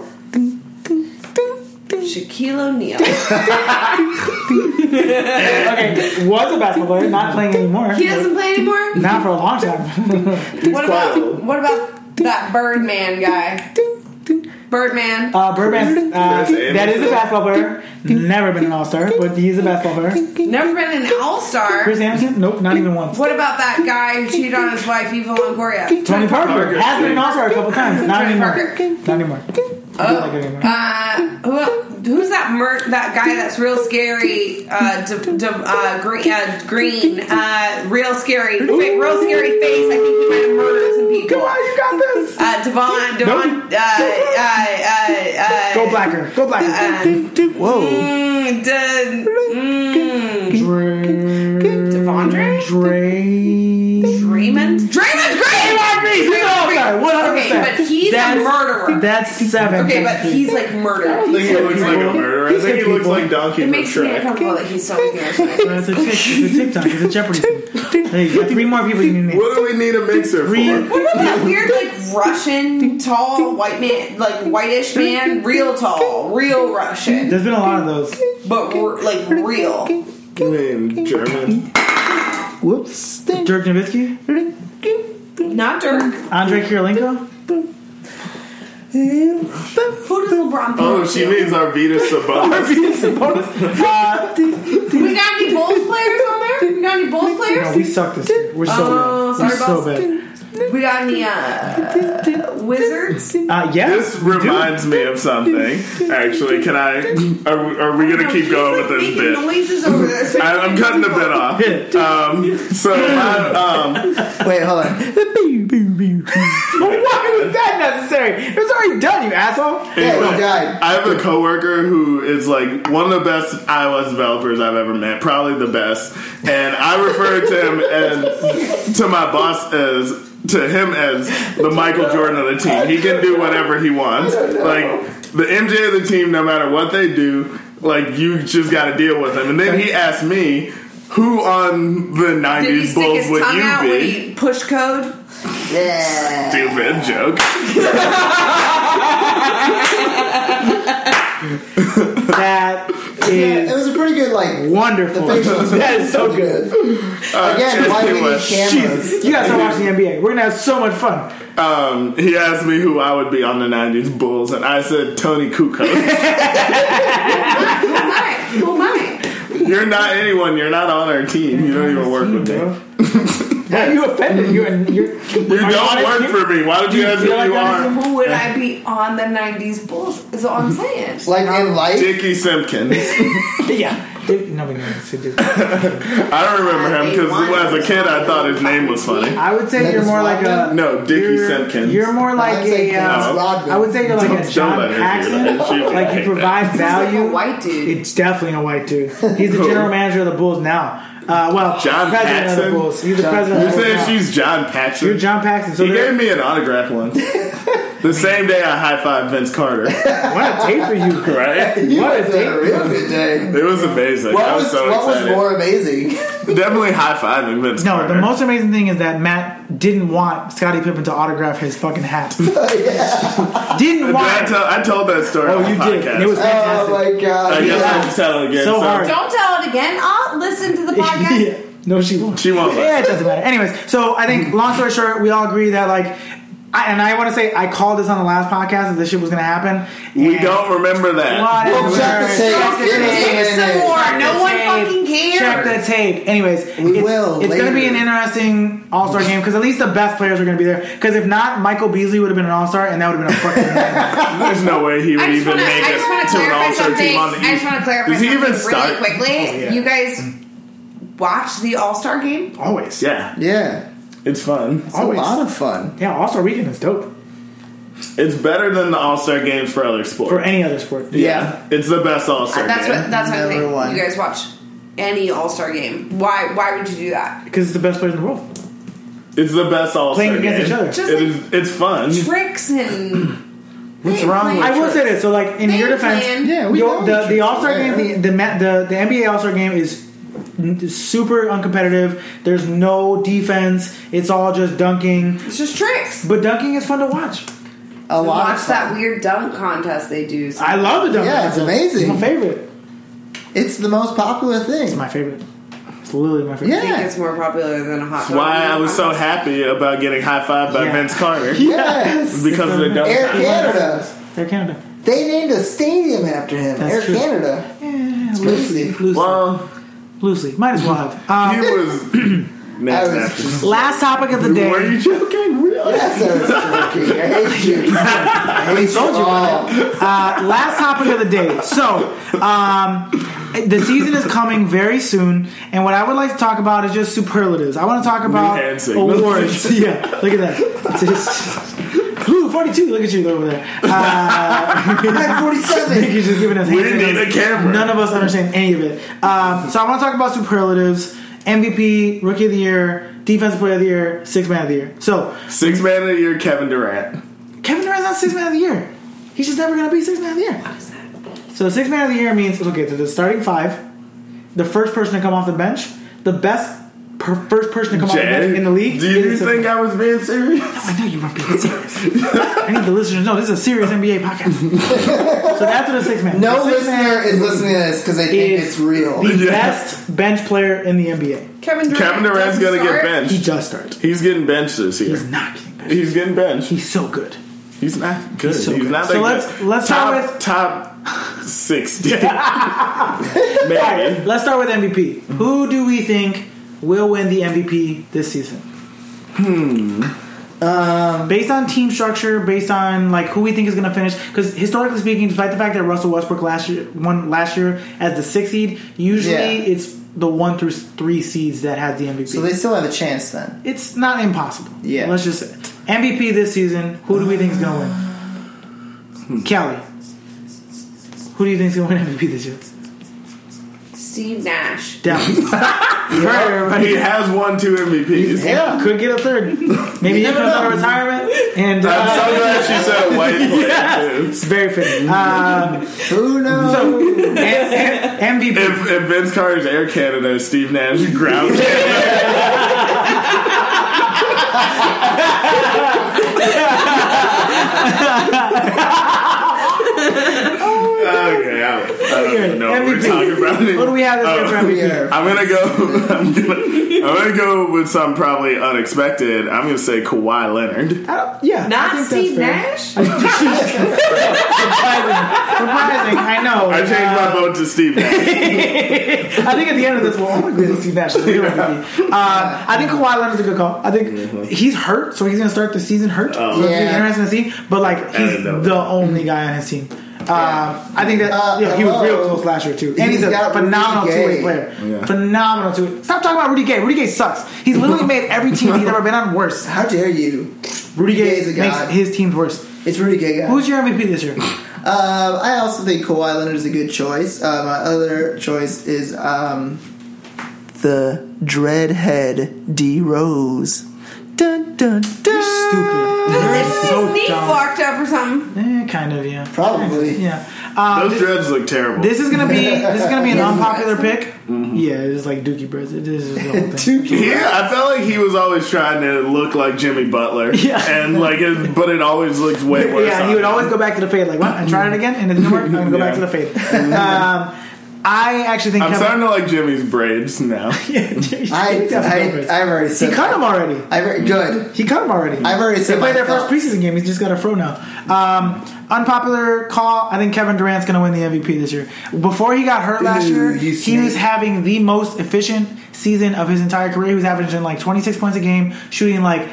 [SPEAKER 1] Shaquille
[SPEAKER 4] <laughs>
[SPEAKER 1] O'Neal.
[SPEAKER 4] Okay, was a basketball player, not playing anymore.
[SPEAKER 1] He doesn't play anymore.
[SPEAKER 4] Not for a long time.
[SPEAKER 5] <laughs>
[SPEAKER 1] What about what about that Birdman guy? Birdman.
[SPEAKER 4] Uh, Birdman, uh,
[SPEAKER 3] Birdman.
[SPEAKER 4] that is a basketball player. Never been an all star, but he's a basketball player.
[SPEAKER 1] Never been an all star.
[SPEAKER 4] Chris Anderson? Nope, not even once.
[SPEAKER 1] What about that guy who cheated on his wife, Eva Longoria?
[SPEAKER 4] Tony Parker
[SPEAKER 3] Parker.
[SPEAKER 4] has been an all star a couple times. Not
[SPEAKER 1] Tony
[SPEAKER 4] anymore.
[SPEAKER 1] Parker.
[SPEAKER 4] Not anymore. Don't like it anymore.
[SPEAKER 1] Uh, who, who's that mer- that guy that's real scary? Uh, d- d- uh, green, uh, green, uh, real scary, fa- real scary face. I think he might have murdered some people.
[SPEAKER 4] Come on, you got this.
[SPEAKER 1] Uh, Devon, Devon,
[SPEAKER 4] Nope.
[SPEAKER 1] uh, uh, uh, uh,
[SPEAKER 4] Go blacker. Go blacker.
[SPEAKER 1] Uh,
[SPEAKER 4] Ding, ding. Whoa.
[SPEAKER 1] Mm, de- mm,
[SPEAKER 4] Dre.
[SPEAKER 1] Devondre?
[SPEAKER 4] Dre.
[SPEAKER 1] Draymond? Draymond Green!
[SPEAKER 4] Draymond Green! He's an all-star, 100%.
[SPEAKER 1] Okay, but he's a
[SPEAKER 4] That's-
[SPEAKER 1] murderer.
[SPEAKER 4] That's seven.
[SPEAKER 1] okay, but he's like murdered.
[SPEAKER 3] I think he looks like a
[SPEAKER 4] people.
[SPEAKER 3] murderer. I
[SPEAKER 4] He's
[SPEAKER 3] think he
[SPEAKER 4] good
[SPEAKER 3] looks
[SPEAKER 4] people.
[SPEAKER 3] like Donkey
[SPEAKER 1] It
[SPEAKER 3] from
[SPEAKER 1] makes me
[SPEAKER 3] Shrek.
[SPEAKER 1] uncomfortable that he's so embarrassing.
[SPEAKER 4] It's a, tick,
[SPEAKER 1] <laughs>
[SPEAKER 4] it's a TikTok. It's a Jeopardy thing. Hey, you got three more people you need to name.
[SPEAKER 3] What do we need a mixer
[SPEAKER 4] Three.
[SPEAKER 3] for?
[SPEAKER 1] What about that weird, like Russian, tall white man, like whitish man, real tall, real Russian,
[SPEAKER 4] There's been a lot of those.
[SPEAKER 1] but r- like real?
[SPEAKER 3] I mean, German.
[SPEAKER 5] Whoops.
[SPEAKER 4] Dirk Nowitzki,
[SPEAKER 1] Not Dirk.
[SPEAKER 4] Andre Kirilenko.
[SPEAKER 1] Who does LeBron
[SPEAKER 3] Oh,
[SPEAKER 1] belong
[SPEAKER 3] she
[SPEAKER 1] to?
[SPEAKER 3] means Arvita Sabonis.
[SPEAKER 4] Uh, <laughs>
[SPEAKER 1] We got any Bulls players on there? We got any Bulls
[SPEAKER 4] no,
[SPEAKER 1] players?
[SPEAKER 4] we suck this year. We're so
[SPEAKER 1] Oh,
[SPEAKER 4] bad.
[SPEAKER 1] sorry,
[SPEAKER 4] We're so
[SPEAKER 1] boss.
[SPEAKER 4] bad.
[SPEAKER 1] We got any uh, Wizards?
[SPEAKER 4] Uh, yeah.
[SPEAKER 3] This reminds me of something. Actually, can I? Are, are we gonna keep
[SPEAKER 1] He's,
[SPEAKER 3] going
[SPEAKER 1] like,
[SPEAKER 3] with
[SPEAKER 1] making
[SPEAKER 3] this bit?
[SPEAKER 1] noises over there. So
[SPEAKER 3] I, I'm cutting the bit off.
[SPEAKER 4] Hit
[SPEAKER 3] Um, so my, um,
[SPEAKER 5] Wait, hold on.
[SPEAKER 4] Why was that necessary? It was already done, you asshole.
[SPEAKER 5] Yeah,
[SPEAKER 3] anyway,
[SPEAKER 5] he died.
[SPEAKER 3] I have a coworker who is like one of the best iOS developers I've ever met, probably the best, and I refer to him and to my boss as to him as the Michael Jordan of the team. He can do whatever he wants. Like the MJ of the team, no matter what they do, like you just got to deal with him. And then he asked me. Who on the
[SPEAKER 1] Did he
[SPEAKER 3] '90s
[SPEAKER 1] stick his
[SPEAKER 3] Bulls would
[SPEAKER 1] tongue
[SPEAKER 3] you
[SPEAKER 1] out
[SPEAKER 3] be?
[SPEAKER 1] when he push code?
[SPEAKER 5] Yeah.
[SPEAKER 3] Stupid joke.
[SPEAKER 4] That
[SPEAKER 5] It
[SPEAKER 4] is
[SPEAKER 5] was a pretty good, like,
[SPEAKER 4] wonderful.
[SPEAKER 5] The facial expression
[SPEAKER 4] That is so
[SPEAKER 5] was
[SPEAKER 4] good.
[SPEAKER 3] Uh,
[SPEAKER 5] Again, why do we need
[SPEAKER 3] anyway,
[SPEAKER 5] cameras?
[SPEAKER 4] Jesus, you guys are watching the NBA. We're gonna have so much
[SPEAKER 5] <laughs>
[SPEAKER 4] fun.
[SPEAKER 3] Um, he asked me who I would be on the '90s Bulls, and I said Tony Kukoc. <laughs>
[SPEAKER 1] Who am I? Who am I?
[SPEAKER 3] you're not anyone. You're not on our team. You don't even work with me.
[SPEAKER 4] Bro. Why are you offended? You're, you're,
[SPEAKER 3] You don't work for me. Why don't you ask
[SPEAKER 4] feel
[SPEAKER 3] who
[SPEAKER 4] like
[SPEAKER 3] you
[SPEAKER 4] that
[SPEAKER 3] are?
[SPEAKER 1] Who would I be on the '90s Bulls? Is all I'm saying.
[SPEAKER 5] Like, in life?
[SPEAKER 4] <laughs>
[SPEAKER 3] Dickie Simpkins.
[SPEAKER 4] Yeah. Dude, nobody knows. Dude.
[SPEAKER 3] I don't remember him because as a kid I thought his name was
[SPEAKER 4] <laughs>
[SPEAKER 3] funny.
[SPEAKER 4] I would say
[SPEAKER 5] That
[SPEAKER 4] you're
[SPEAKER 5] is
[SPEAKER 4] more like
[SPEAKER 5] wild.
[SPEAKER 4] a
[SPEAKER 3] No, Dickie
[SPEAKER 4] you're-
[SPEAKER 3] Simpkins.
[SPEAKER 4] You're more like
[SPEAKER 5] I'd say
[SPEAKER 4] a. Uh,
[SPEAKER 5] Dennis Rodman.
[SPEAKER 4] I would say you're like a
[SPEAKER 3] let
[SPEAKER 4] John
[SPEAKER 3] her do that.
[SPEAKER 4] Paxson.
[SPEAKER 3] She would
[SPEAKER 4] Like
[SPEAKER 3] hate
[SPEAKER 4] you provide
[SPEAKER 1] Like a
[SPEAKER 4] value.
[SPEAKER 1] white dude.
[SPEAKER 4] It's definitely a white dude.
[SPEAKER 3] <laughs>
[SPEAKER 4] He's the general manager of the Bulls now. Uh, well,
[SPEAKER 3] John
[SPEAKER 4] president of
[SPEAKER 3] Paxson?
[SPEAKER 4] the Bulls. He's the
[SPEAKER 5] John
[SPEAKER 4] president.
[SPEAKER 3] You're
[SPEAKER 4] of the Bulls
[SPEAKER 3] saying
[SPEAKER 4] now.
[SPEAKER 3] she's John
[SPEAKER 4] You're
[SPEAKER 3] Patrick?
[SPEAKER 4] John Paxson. So
[SPEAKER 3] He
[SPEAKER 4] they're-
[SPEAKER 3] gave me an autograph
[SPEAKER 4] <laughs>
[SPEAKER 3] once. The same day I high fived Vince Carter.
[SPEAKER 4] what a tape for
[SPEAKER 3] <laughs>
[SPEAKER 4] you.
[SPEAKER 3] Right?
[SPEAKER 5] You
[SPEAKER 4] What
[SPEAKER 5] had
[SPEAKER 4] a
[SPEAKER 5] a
[SPEAKER 4] tape.
[SPEAKER 5] real good day.
[SPEAKER 3] It was amazing. I
[SPEAKER 5] What
[SPEAKER 3] was,
[SPEAKER 5] was,
[SPEAKER 3] so
[SPEAKER 5] what was
[SPEAKER 3] excited.
[SPEAKER 5] more amazing?
[SPEAKER 3] Definitely high fiving Vince
[SPEAKER 4] No,
[SPEAKER 3] Carter.
[SPEAKER 4] the most amazing thing is that Matt didn't want Scottie Pippen to autograph his
[SPEAKER 1] <laughs>
[SPEAKER 4] fucking hat. Didn't
[SPEAKER 3] Did I,
[SPEAKER 4] want.
[SPEAKER 3] tell, I told that story.
[SPEAKER 4] Oh,
[SPEAKER 3] on
[SPEAKER 4] you
[SPEAKER 3] the
[SPEAKER 4] did.
[SPEAKER 3] podcast.
[SPEAKER 4] And it was
[SPEAKER 5] Oh,
[SPEAKER 4] fantastic.
[SPEAKER 5] my
[SPEAKER 3] I
[SPEAKER 5] God.
[SPEAKER 3] guess
[SPEAKER 5] Yeah.
[SPEAKER 3] I'll tell again.
[SPEAKER 4] So hard.
[SPEAKER 1] Don't tell it again. I'll listen <laughs> to the podcast.
[SPEAKER 4] Yeah. No, she won't.
[SPEAKER 3] She won't.
[SPEAKER 4] Yeah, it doesn't matter. Anyways, so I think long story short, we all agree that like, I, and I want to say I called this on the last podcast that this shit was gonna happen.
[SPEAKER 3] we
[SPEAKER 4] and-
[SPEAKER 3] don't remember that.
[SPEAKER 4] Whatever.
[SPEAKER 5] Well, check the tape.
[SPEAKER 4] Check the
[SPEAKER 5] Give
[SPEAKER 4] tape.
[SPEAKER 5] us a
[SPEAKER 1] Dig some
[SPEAKER 5] minute.
[SPEAKER 1] more. No one
[SPEAKER 4] Tape.
[SPEAKER 1] fucking
[SPEAKER 4] Check
[SPEAKER 1] cares.
[SPEAKER 4] the tape. Anyways,
[SPEAKER 5] We
[SPEAKER 4] it's,
[SPEAKER 5] will
[SPEAKER 4] It's going to be
[SPEAKER 5] later.
[SPEAKER 4] an interesting All Star game because at least the best players are going to be there. Because if not, Michael Beasley would have been an All Star, and that would have been a fucking. <laughs> nightmare.
[SPEAKER 3] <laughs> There's no way he would
[SPEAKER 1] I just
[SPEAKER 3] even
[SPEAKER 1] want to.
[SPEAKER 3] make
[SPEAKER 1] I just want
[SPEAKER 3] it
[SPEAKER 1] to
[SPEAKER 3] to an
[SPEAKER 1] clarify
[SPEAKER 3] All Star
[SPEAKER 1] something.
[SPEAKER 3] team on the East.
[SPEAKER 1] I just want to clarify
[SPEAKER 3] Does he
[SPEAKER 1] something
[SPEAKER 3] even
[SPEAKER 1] really
[SPEAKER 3] start?
[SPEAKER 1] quickly.
[SPEAKER 4] yeah.
[SPEAKER 1] You guys watch the All Star game?
[SPEAKER 4] Always.
[SPEAKER 3] Yeah,
[SPEAKER 5] Yeah.
[SPEAKER 3] it's fun.
[SPEAKER 5] It's a lot of fun.
[SPEAKER 4] Yeah. All Star weekend is dope.
[SPEAKER 3] It's better than the All Star games for other sports.
[SPEAKER 4] for any other sport.
[SPEAKER 5] Yeah.
[SPEAKER 3] It's the best All Star.
[SPEAKER 1] Uh, That's
[SPEAKER 3] game.
[SPEAKER 1] what that's what I
[SPEAKER 5] Never
[SPEAKER 1] think.
[SPEAKER 5] won.
[SPEAKER 1] You guys watch any All Star game. Why why would you do that?
[SPEAKER 4] Because it's the best players in the world.
[SPEAKER 3] It's the best All Star
[SPEAKER 4] Playing against each other.
[SPEAKER 3] It
[SPEAKER 1] Just
[SPEAKER 3] is, it's fun.
[SPEAKER 1] Tricks and
[SPEAKER 3] <clears throat>
[SPEAKER 5] What's wrong with
[SPEAKER 4] I will say this. So, like in
[SPEAKER 1] They
[SPEAKER 4] your
[SPEAKER 1] were
[SPEAKER 4] defense,
[SPEAKER 1] playing.
[SPEAKER 5] Yeah, we
[SPEAKER 4] your-
[SPEAKER 5] know
[SPEAKER 4] the
[SPEAKER 5] it's
[SPEAKER 4] the
[SPEAKER 5] true.
[SPEAKER 4] All Star game, the, the ma- the the NBA All Star game is n- super uncompetitive. There's no defense. It's all just dunking.
[SPEAKER 1] it's just tricks.
[SPEAKER 4] But dunking is fun to watch.
[SPEAKER 5] a lot
[SPEAKER 1] Watch
[SPEAKER 5] of
[SPEAKER 1] that
[SPEAKER 5] that.
[SPEAKER 1] weird dunk contest they do.
[SPEAKER 4] I love the dunk.
[SPEAKER 5] Yeah, it's amazing.
[SPEAKER 4] It's my favorite.
[SPEAKER 5] It's the most popular
[SPEAKER 4] It's
[SPEAKER 5] thing.
[SPEAKER 4] my favorite. It's literally my favorite.
[SPEAKER 1] I think
[SPEAKER 5] yeah.
[SPEAKER 1] it's more popular than a hot
[SPEAKER 3] That's
[SPEAKER 1] dog.
[SPEAKER 3] why I was so happy about getting high five by
[SPEAKER 4] Yeah.
[SPEAKER 3] Vince Carter
[SPEAKER 5] Yes.
[SPEAKER 3] because of the dunk.
[SPEAKER 5] Air
[SPEAKER 3] contest.
[SPEAKER 5] Canada.
[SPEAKER 4] They're Canada.
[SPEAKER 5] They named a stadium after him.
[SPEAKER 4] That's
[SPEAKER 5] Air
[SPEAKER 4] true.
[SPEAKER 5] Canada.
[SPEAKER 4] Yeah,
[SPEAKER 5] crazy.
[SPEAKER 4] loosely, loosely,
[SPEAKER 3] Well,
[SPEAKER 4] loosely. Might as well have. Um,
[SPEAKER 5] <laughs>
[SPEAKER 3] he was.
[SPEAKER 5] I
[SPEAKER 3] Next,
[SPEAKER 5] was
[SPEAKER 3] after.
[SPEAKER 5] just-
[SPEAKER 4] last topic of the day.
[SPEAKER 3] Were you joking? Really?
[SPEAKER 5] Yes, I was joking. I hate you. <laughs> I hate you all.
[SPEAKER 4] uh, last topic of the day. So, um, the season is coming very soon, and what I would like to talk about is just superlatives. I want to talk about
[SPEAKER 3] hand signals.
[SPEAKER 4] awards. yeah, look at that. It's just- Ooh, 42. Look at you over there. Uh,
[SPEAKER 5] 47.
[SPEAKER 4] Nikki's just giving us hand
[SPEAKER 3] We need
[SPEAKER 4] signals.
[SPEAKER 3] a camera.
[SPEAKER 4] None of us understand any of it. Um, so I want to talk about superlatives, MVP, Rookie of the Year, Defensive Player of the Year, Six Man of the Year. So
[SPEAKER 3] Six man of the year, Kevin Durant.
[SPEAKER 4] Kevin Durant's not six man of the year. He's just never gonna be six man of the year. So six man of the year means okay, so the starting five, the first person to come off the bench, the best per- first person to come off the
[SPEAKER 3] Jay,
[SPEAKER 4] bench in the league.
[SPEAKER 3] do you
[SPEAKER 4] is a- Oh,
[SPEAKER 3] think I was being serious?
[SPEAKER 4] I know you weren't being serious. I need the listeners to know this is a serious NBA podcast. so that's what a six man.
[SPEAKER 5] No
[SPEAKER 4] The six man
[SPEAKER 5] listener is listening to this because they think
[SPEAKER 4] is
[SPEAKER 5] it's real.
[SPEAKER 4] The
[SPEAKER 3] Yeah.
[SPEAKER 4] best bench player in the NBA.
[SPEAKER 1] Kevin Durant.
[SPEAKER 3] Kevin Durant's
[SPEAKER 1] doesn't
[SPEAKER 3] gonna get
[SPEAKER 1] start.
[SPEAKER 4] He
[SPEAKER 3] benched.
[SPEAKER 4] does start.
[SPEAKER 3] He's getting benched this year.
[SPEAKER 4] He's not getting benched.
[SPEAKER 3] He's getting benched.
[SPEAKER 4] He's so good.
[SPEAKER 3] He's not good. He's,
[SPEAKER 4] so good.
[SPEAKER 3] not that
[SPEAKER 4] So
[SPEAKER 3] good.
[SPEAKER 4] let's- let's
[SPEAKER 3] top
[SPEAKER 4] start with-
[SPEAKER 3] top
[SPEAKER 4] <laughs>
[SPEAKER 3] sixty. Maybe.
[SPEAKER 4] Alright, let's start with MVP. Who do we think will win the MVP this season? Hmm.
[SPEAKER 5] Hmm.
[SPEAKER 4] based on team structure, based on like who we think is going to finish, because historically speaking, despite the fact that Russell Westbrook last year won last year as the sixth seed, usually
[SPEAKER 5] Yeah.
[SPEAKER 4] it's the one through three seeds that has the MVP.
[SPEAKER 5] So they still have a chance then.
[SPEAKER 4] it's not impossible.
[SPEAKER 5] Yeah.
[SPEAKER 4] let's just say MVP this season. Who do we think is going to
[SPEAKER 5] Hmm.
[SPEAKER 4] win? Kelly. Who do you think is going to win MVP this year?
[SPEAKER 1] Steve Nash.
[SPEAKER 4] Dallas. You heard everybody.
[SPEAKER 3] He has won two MVPs.
[SPEAKER 5] Yeah.
[SPEAKER 4] Could get a third. Maybe he comes out of retirement. And
[SPEAKER 3] I'm
[SPEAKER 4] uh,
[SPEAKER 3] so glad she said white
[SPEAKER 4] <laughs>
[SPEAKER 3] player too.
[SPEAKER 4] it's very fitting. Um,
[SPEAKER 5] Who knows?
[SPEAKER 4] so, M- M- MVP.
[SPEAKER 3] If, if Vince Carter's Air Canada, Steve Nash
[SPEAKER 4] <laughs>
[SPEAKER 3] ground Canada. <laughs> okay, I, I don't even know what we're
[SPEAKER 4] MVP.
[SPEAKER 3] talking about.
[SPEAKER 4] What do we have this year for MVP?
[SPEAKER 5] Yeah.
[SPEAKER 3] I'm gonna go. <laughs> I'm gonna, I'm gonna go with some probably unexpected. I'm gonna say Kawhi Leonard.
[SPEAKER 4] I don't- yeah. I
[SPEAKER 1] Not
[SPEAKER 4] think that's
[SPEAKER 1] Steve
[SPEAKER 4] fair.
[SPEAKER 1] Nash?
[SPEAKER 4] Surprising. Surprising. I know.
[SPEAKER 3] I changed my vote to
[SPEAKER 4] <laughs>
[SPEAKER 3] Steve Nash.
[SPEAKER 4] I think at the end of this, we'll oh all agree that Steve Nash is the real MVP. Uh, I think Kawhi Leonard's a good call. I think he's hurt, so he's going to start the season hurt. so it's going to be
[SPEAKER 5] Yeah.
[SPEAKER 4] interesting to see. But, like, he's
[SPEAKER 3] didn't know
[SPEAKER 4] the only guy on his team. Uh, I think that
[SPEAKER 5] Uh,
[SPEAKER 4] yeah, he was
[SPEAKER 5] hello.
[SPEAKER 4] real close last year, too. And he's,
[SPEAKER 5] He's
[SPEAKER 4] a
[SPEAKER 5] got Rudy
[SPEAKER 4] phenomenal
[SPEAKER 5] Gay.
[SPEAKER 4] two-way player.
[SPEAKER 3] Yeah.
[SPEAKER 4] Phenomenal two-way. Stop talking about Rudy Gay. Rudy Gay sucks. He's literally made every team he's ever been on worse.
[SPEAKER 5] <laughs> How dare you?
[SPEAKER 4] Rudy
[SPEAKER 5] Gay
[SPEAKER 4] Gay
[SPEAKER 5] is a
[SPEAKER 4] makes
[SPEAKER 5] god.
[SPEAKER 4] his teams worse.
[SPEAKER 5] It's Rudy Gay. guy.
[SPEAKER 4] Who's your MVP this
[SPEAKER 5] <laughs>
[SPEAKER 4] year?
[SPEAKER 5] Um, I also think Kawhi Leonard is a good choice. Uh, my other choice is um, the Dreadhead D Rose. Dun dun dun.
[SPEAKER 4] Stupid.
[SPEAKER 1] Isn't
[SPEAKER 4] You're
[SPEAKER 1] his
[SPEAKER 4] so
[SPEAKER 1] knee
[SPEAKER 4] dumb.
[SPEAKER 1] fucked up or something?
[SPEAKER 4] Eh, kind of, yeah.
[SPEAKER 5] Probably.
[SPEAKER 4] Yeah. Um,
[SPEAKER 3] Those dreads look terrible.
[SPEAKER 4] This is gonna be this is gonna be an
[SPEAKER 5] Yes. Mm-hmm.
[SPEAKER 4] unpopular pick. Yeah, it's like Dookie Birds. It is just the
[SPEAKER 5] <laughs>
[SPEAKER 4] whole thing.
[SPEAKER 3] Yeah, I felt like he was always trying to look like Jimmy
[SPEAKER 4] <laughs>
[SPEAKER 3] Butler.
[SPEAKER 4] Yeah.
[SPEAKER 3] And like it, but it always looked way worse.
[SPEAKER 4] yeah,
[SPEAKER 3] on
[SPEAKER 4] he would
[SPEAKER 3] him.
[SPEAKER 4] always go back to the fade. Like, what? I tried it again, and it didn't work. I'm gonna go back to
[SPEAKER 3] Yeah.
[SPEAKER 4] the fade. Um, I actually think
[SPEAKER 3] I'm
[SPEAKER 4] Kevin.
[SPEAKER 3] starting to like Jimmy's
[SPEAKER 4] <laughs>
[SPEAKER 3] braids now.
[SPEAKER 5] I, I, I've already
[SPEAKER 4] he
[SPEAKER 5] said.
[SPEAKER 4] cut him already.
[SPEAKER 5] I've already, good.
[SPEAKER 4] He cut him already.
[SPEAKER 5] I've already
[SPEAKER 4] They
[SPEAKER 5] said
[SPEAKER 4] played
[SPEAKER 5] my
[SPEAKER 4] their first
[SPEAKER 5] thoughts.
[SPEAKER 4] preseason game. He's just got a fro now. Um, unpopular call. I think Kevin Durant's going to win the MVP this year. Before he got hurt last
[SPEAKER 5] Ooh,
[SPEAKER 4] year,
[SPEAKER 5] you
[SPEAKER 4] he was
[SPEAKER 5] snake.
[SPEAKER 4] having the most efficient season of his entire career. He was averaging like 26 points a game, shooting like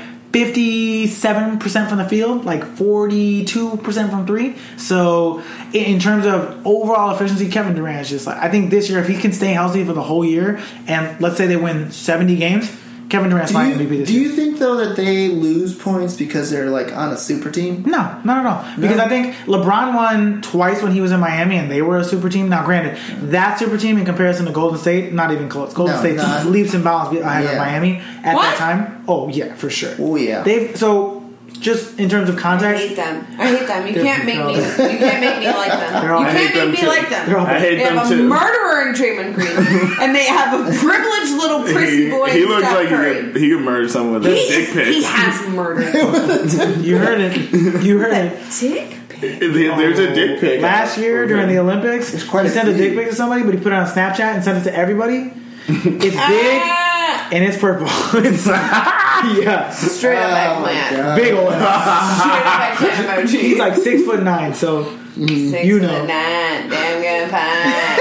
[SPEAKER 4] 57% from the field, like 42% from three. So, in- in terms of overall efficiency, Kevin Durant is just like, I think this year, if he can stay healthy for the whole year, and let's say they win 70 games, Kevin Durant's
[SPEAKER 5] Do
[SPEAKER 4] my
[SPEAKER 5] you,
[SPEAKER 4] MVP this
[SPEAKER 5] do
[SPEAKER 4] year.
[SPEAKER 5] you think though that they lose points because they're like on a super team?
[SPEAKER 4] No, not at all. Because
[SPEAKER 5] No?
[SPEAKER 4] I think LeBron won twice when he was in Miami, and they were a super team. Now, granted, that super team in comparison to Golden State, not even close. Golden
[SPEAKER 5] No,
[SPEAKER 4] State
[SPEAKER 5] not-
[SPEAKER 4] leaps and bounds be- ahead of
[SPEAKER 5] Yeah.
[SPEAKER 4] Miami at that
[SPEAKER 1] What?
[SPEAKER 4] time. Oh yeah, for sure.
[SPEAKER 5] Oh yeah.
[SPEAKER 4] They've so just in terms of
[SPEAKER 1] I
[SPEAKER 4] context,
[SPEAKER 1] hate them. I hate them. You can't make me. You can't make me like them.
[SPEAKER 4] They're all-
[SPEAKER 1] You
[SPEAKER 4] I
[SPEAKER 3] hate
[SPEAKER 1] can't
[SPEAKER 3] them
[SPEAKER 1] make me
[SPEAKER 3] too.
[SPEAKER 1] like them.
[SPEAKER 4] They're all-
[SPEAKER 3] I hate
[SPEAKER 1] They have
[SPEAKER 3] them
[SPEAKER 1] a
[SPEAKER 3] too.
[SPEAKER 1] murderer in Draymond Green, and they have a privileged little prissy
[SPEAKER 3] he,
[SPEAKER 1] boy.
[SPEAKER 3] he
[SPEAKER 1] in
[SPEAKER 3] looks
[SPEAKER 1] Steph
[SPEAKER 3] like he
[SPEAKER 1] Curry.
[SPEAKER 3] could, he could murder someone with
[SPEAKER 1] He,
[SPEAKER 3] a dick
[SPEAKER 1] is- he
[SPEAKER 3] pic.
[SPEAKER 1] has murdered.
[SPEAKER 4] you heard it. You heard
[SPEAKER 3] <laughs>
[SPEAKER 4] it.
[SPEAKER 1] dick pic.
[SPEAKER 3] There- There's a dick pic.
[SPEAKER 4] Oh, Last year during the Olympics,
[SPEAKER 5] There's quite
[SPEAKER 4] he
[SPEAKER 5] a
[SPEAKER 4] sent a
[SPEAKER 5] few.
[SPEAKER 4] dick pic to somebody, but he put it on Snapchat and sent it to
[SPEAKER 5] <laughs>
[SPEAKER 4] everybody. It's big
[SPEAKER 1] Ah,
[SPEAKER 4] and it's purple. <laughs> it's yeah,
[SPEAKER 1] straight up
[SPEAKER 5] Uh,
[SPEAKER 1] eggplant.
[SPEAKER 4] big old.
[SPEAKER 1] Straight up eggplant emoji.
[SPEAKER 4] He's like six foot nine, so
[SPEAKER 1] Six
[SPEAKER 4] you
[SPEAKER 1] foot
[SPEAKER 4] know.
[SPEAKER 1] nine, damn good pie.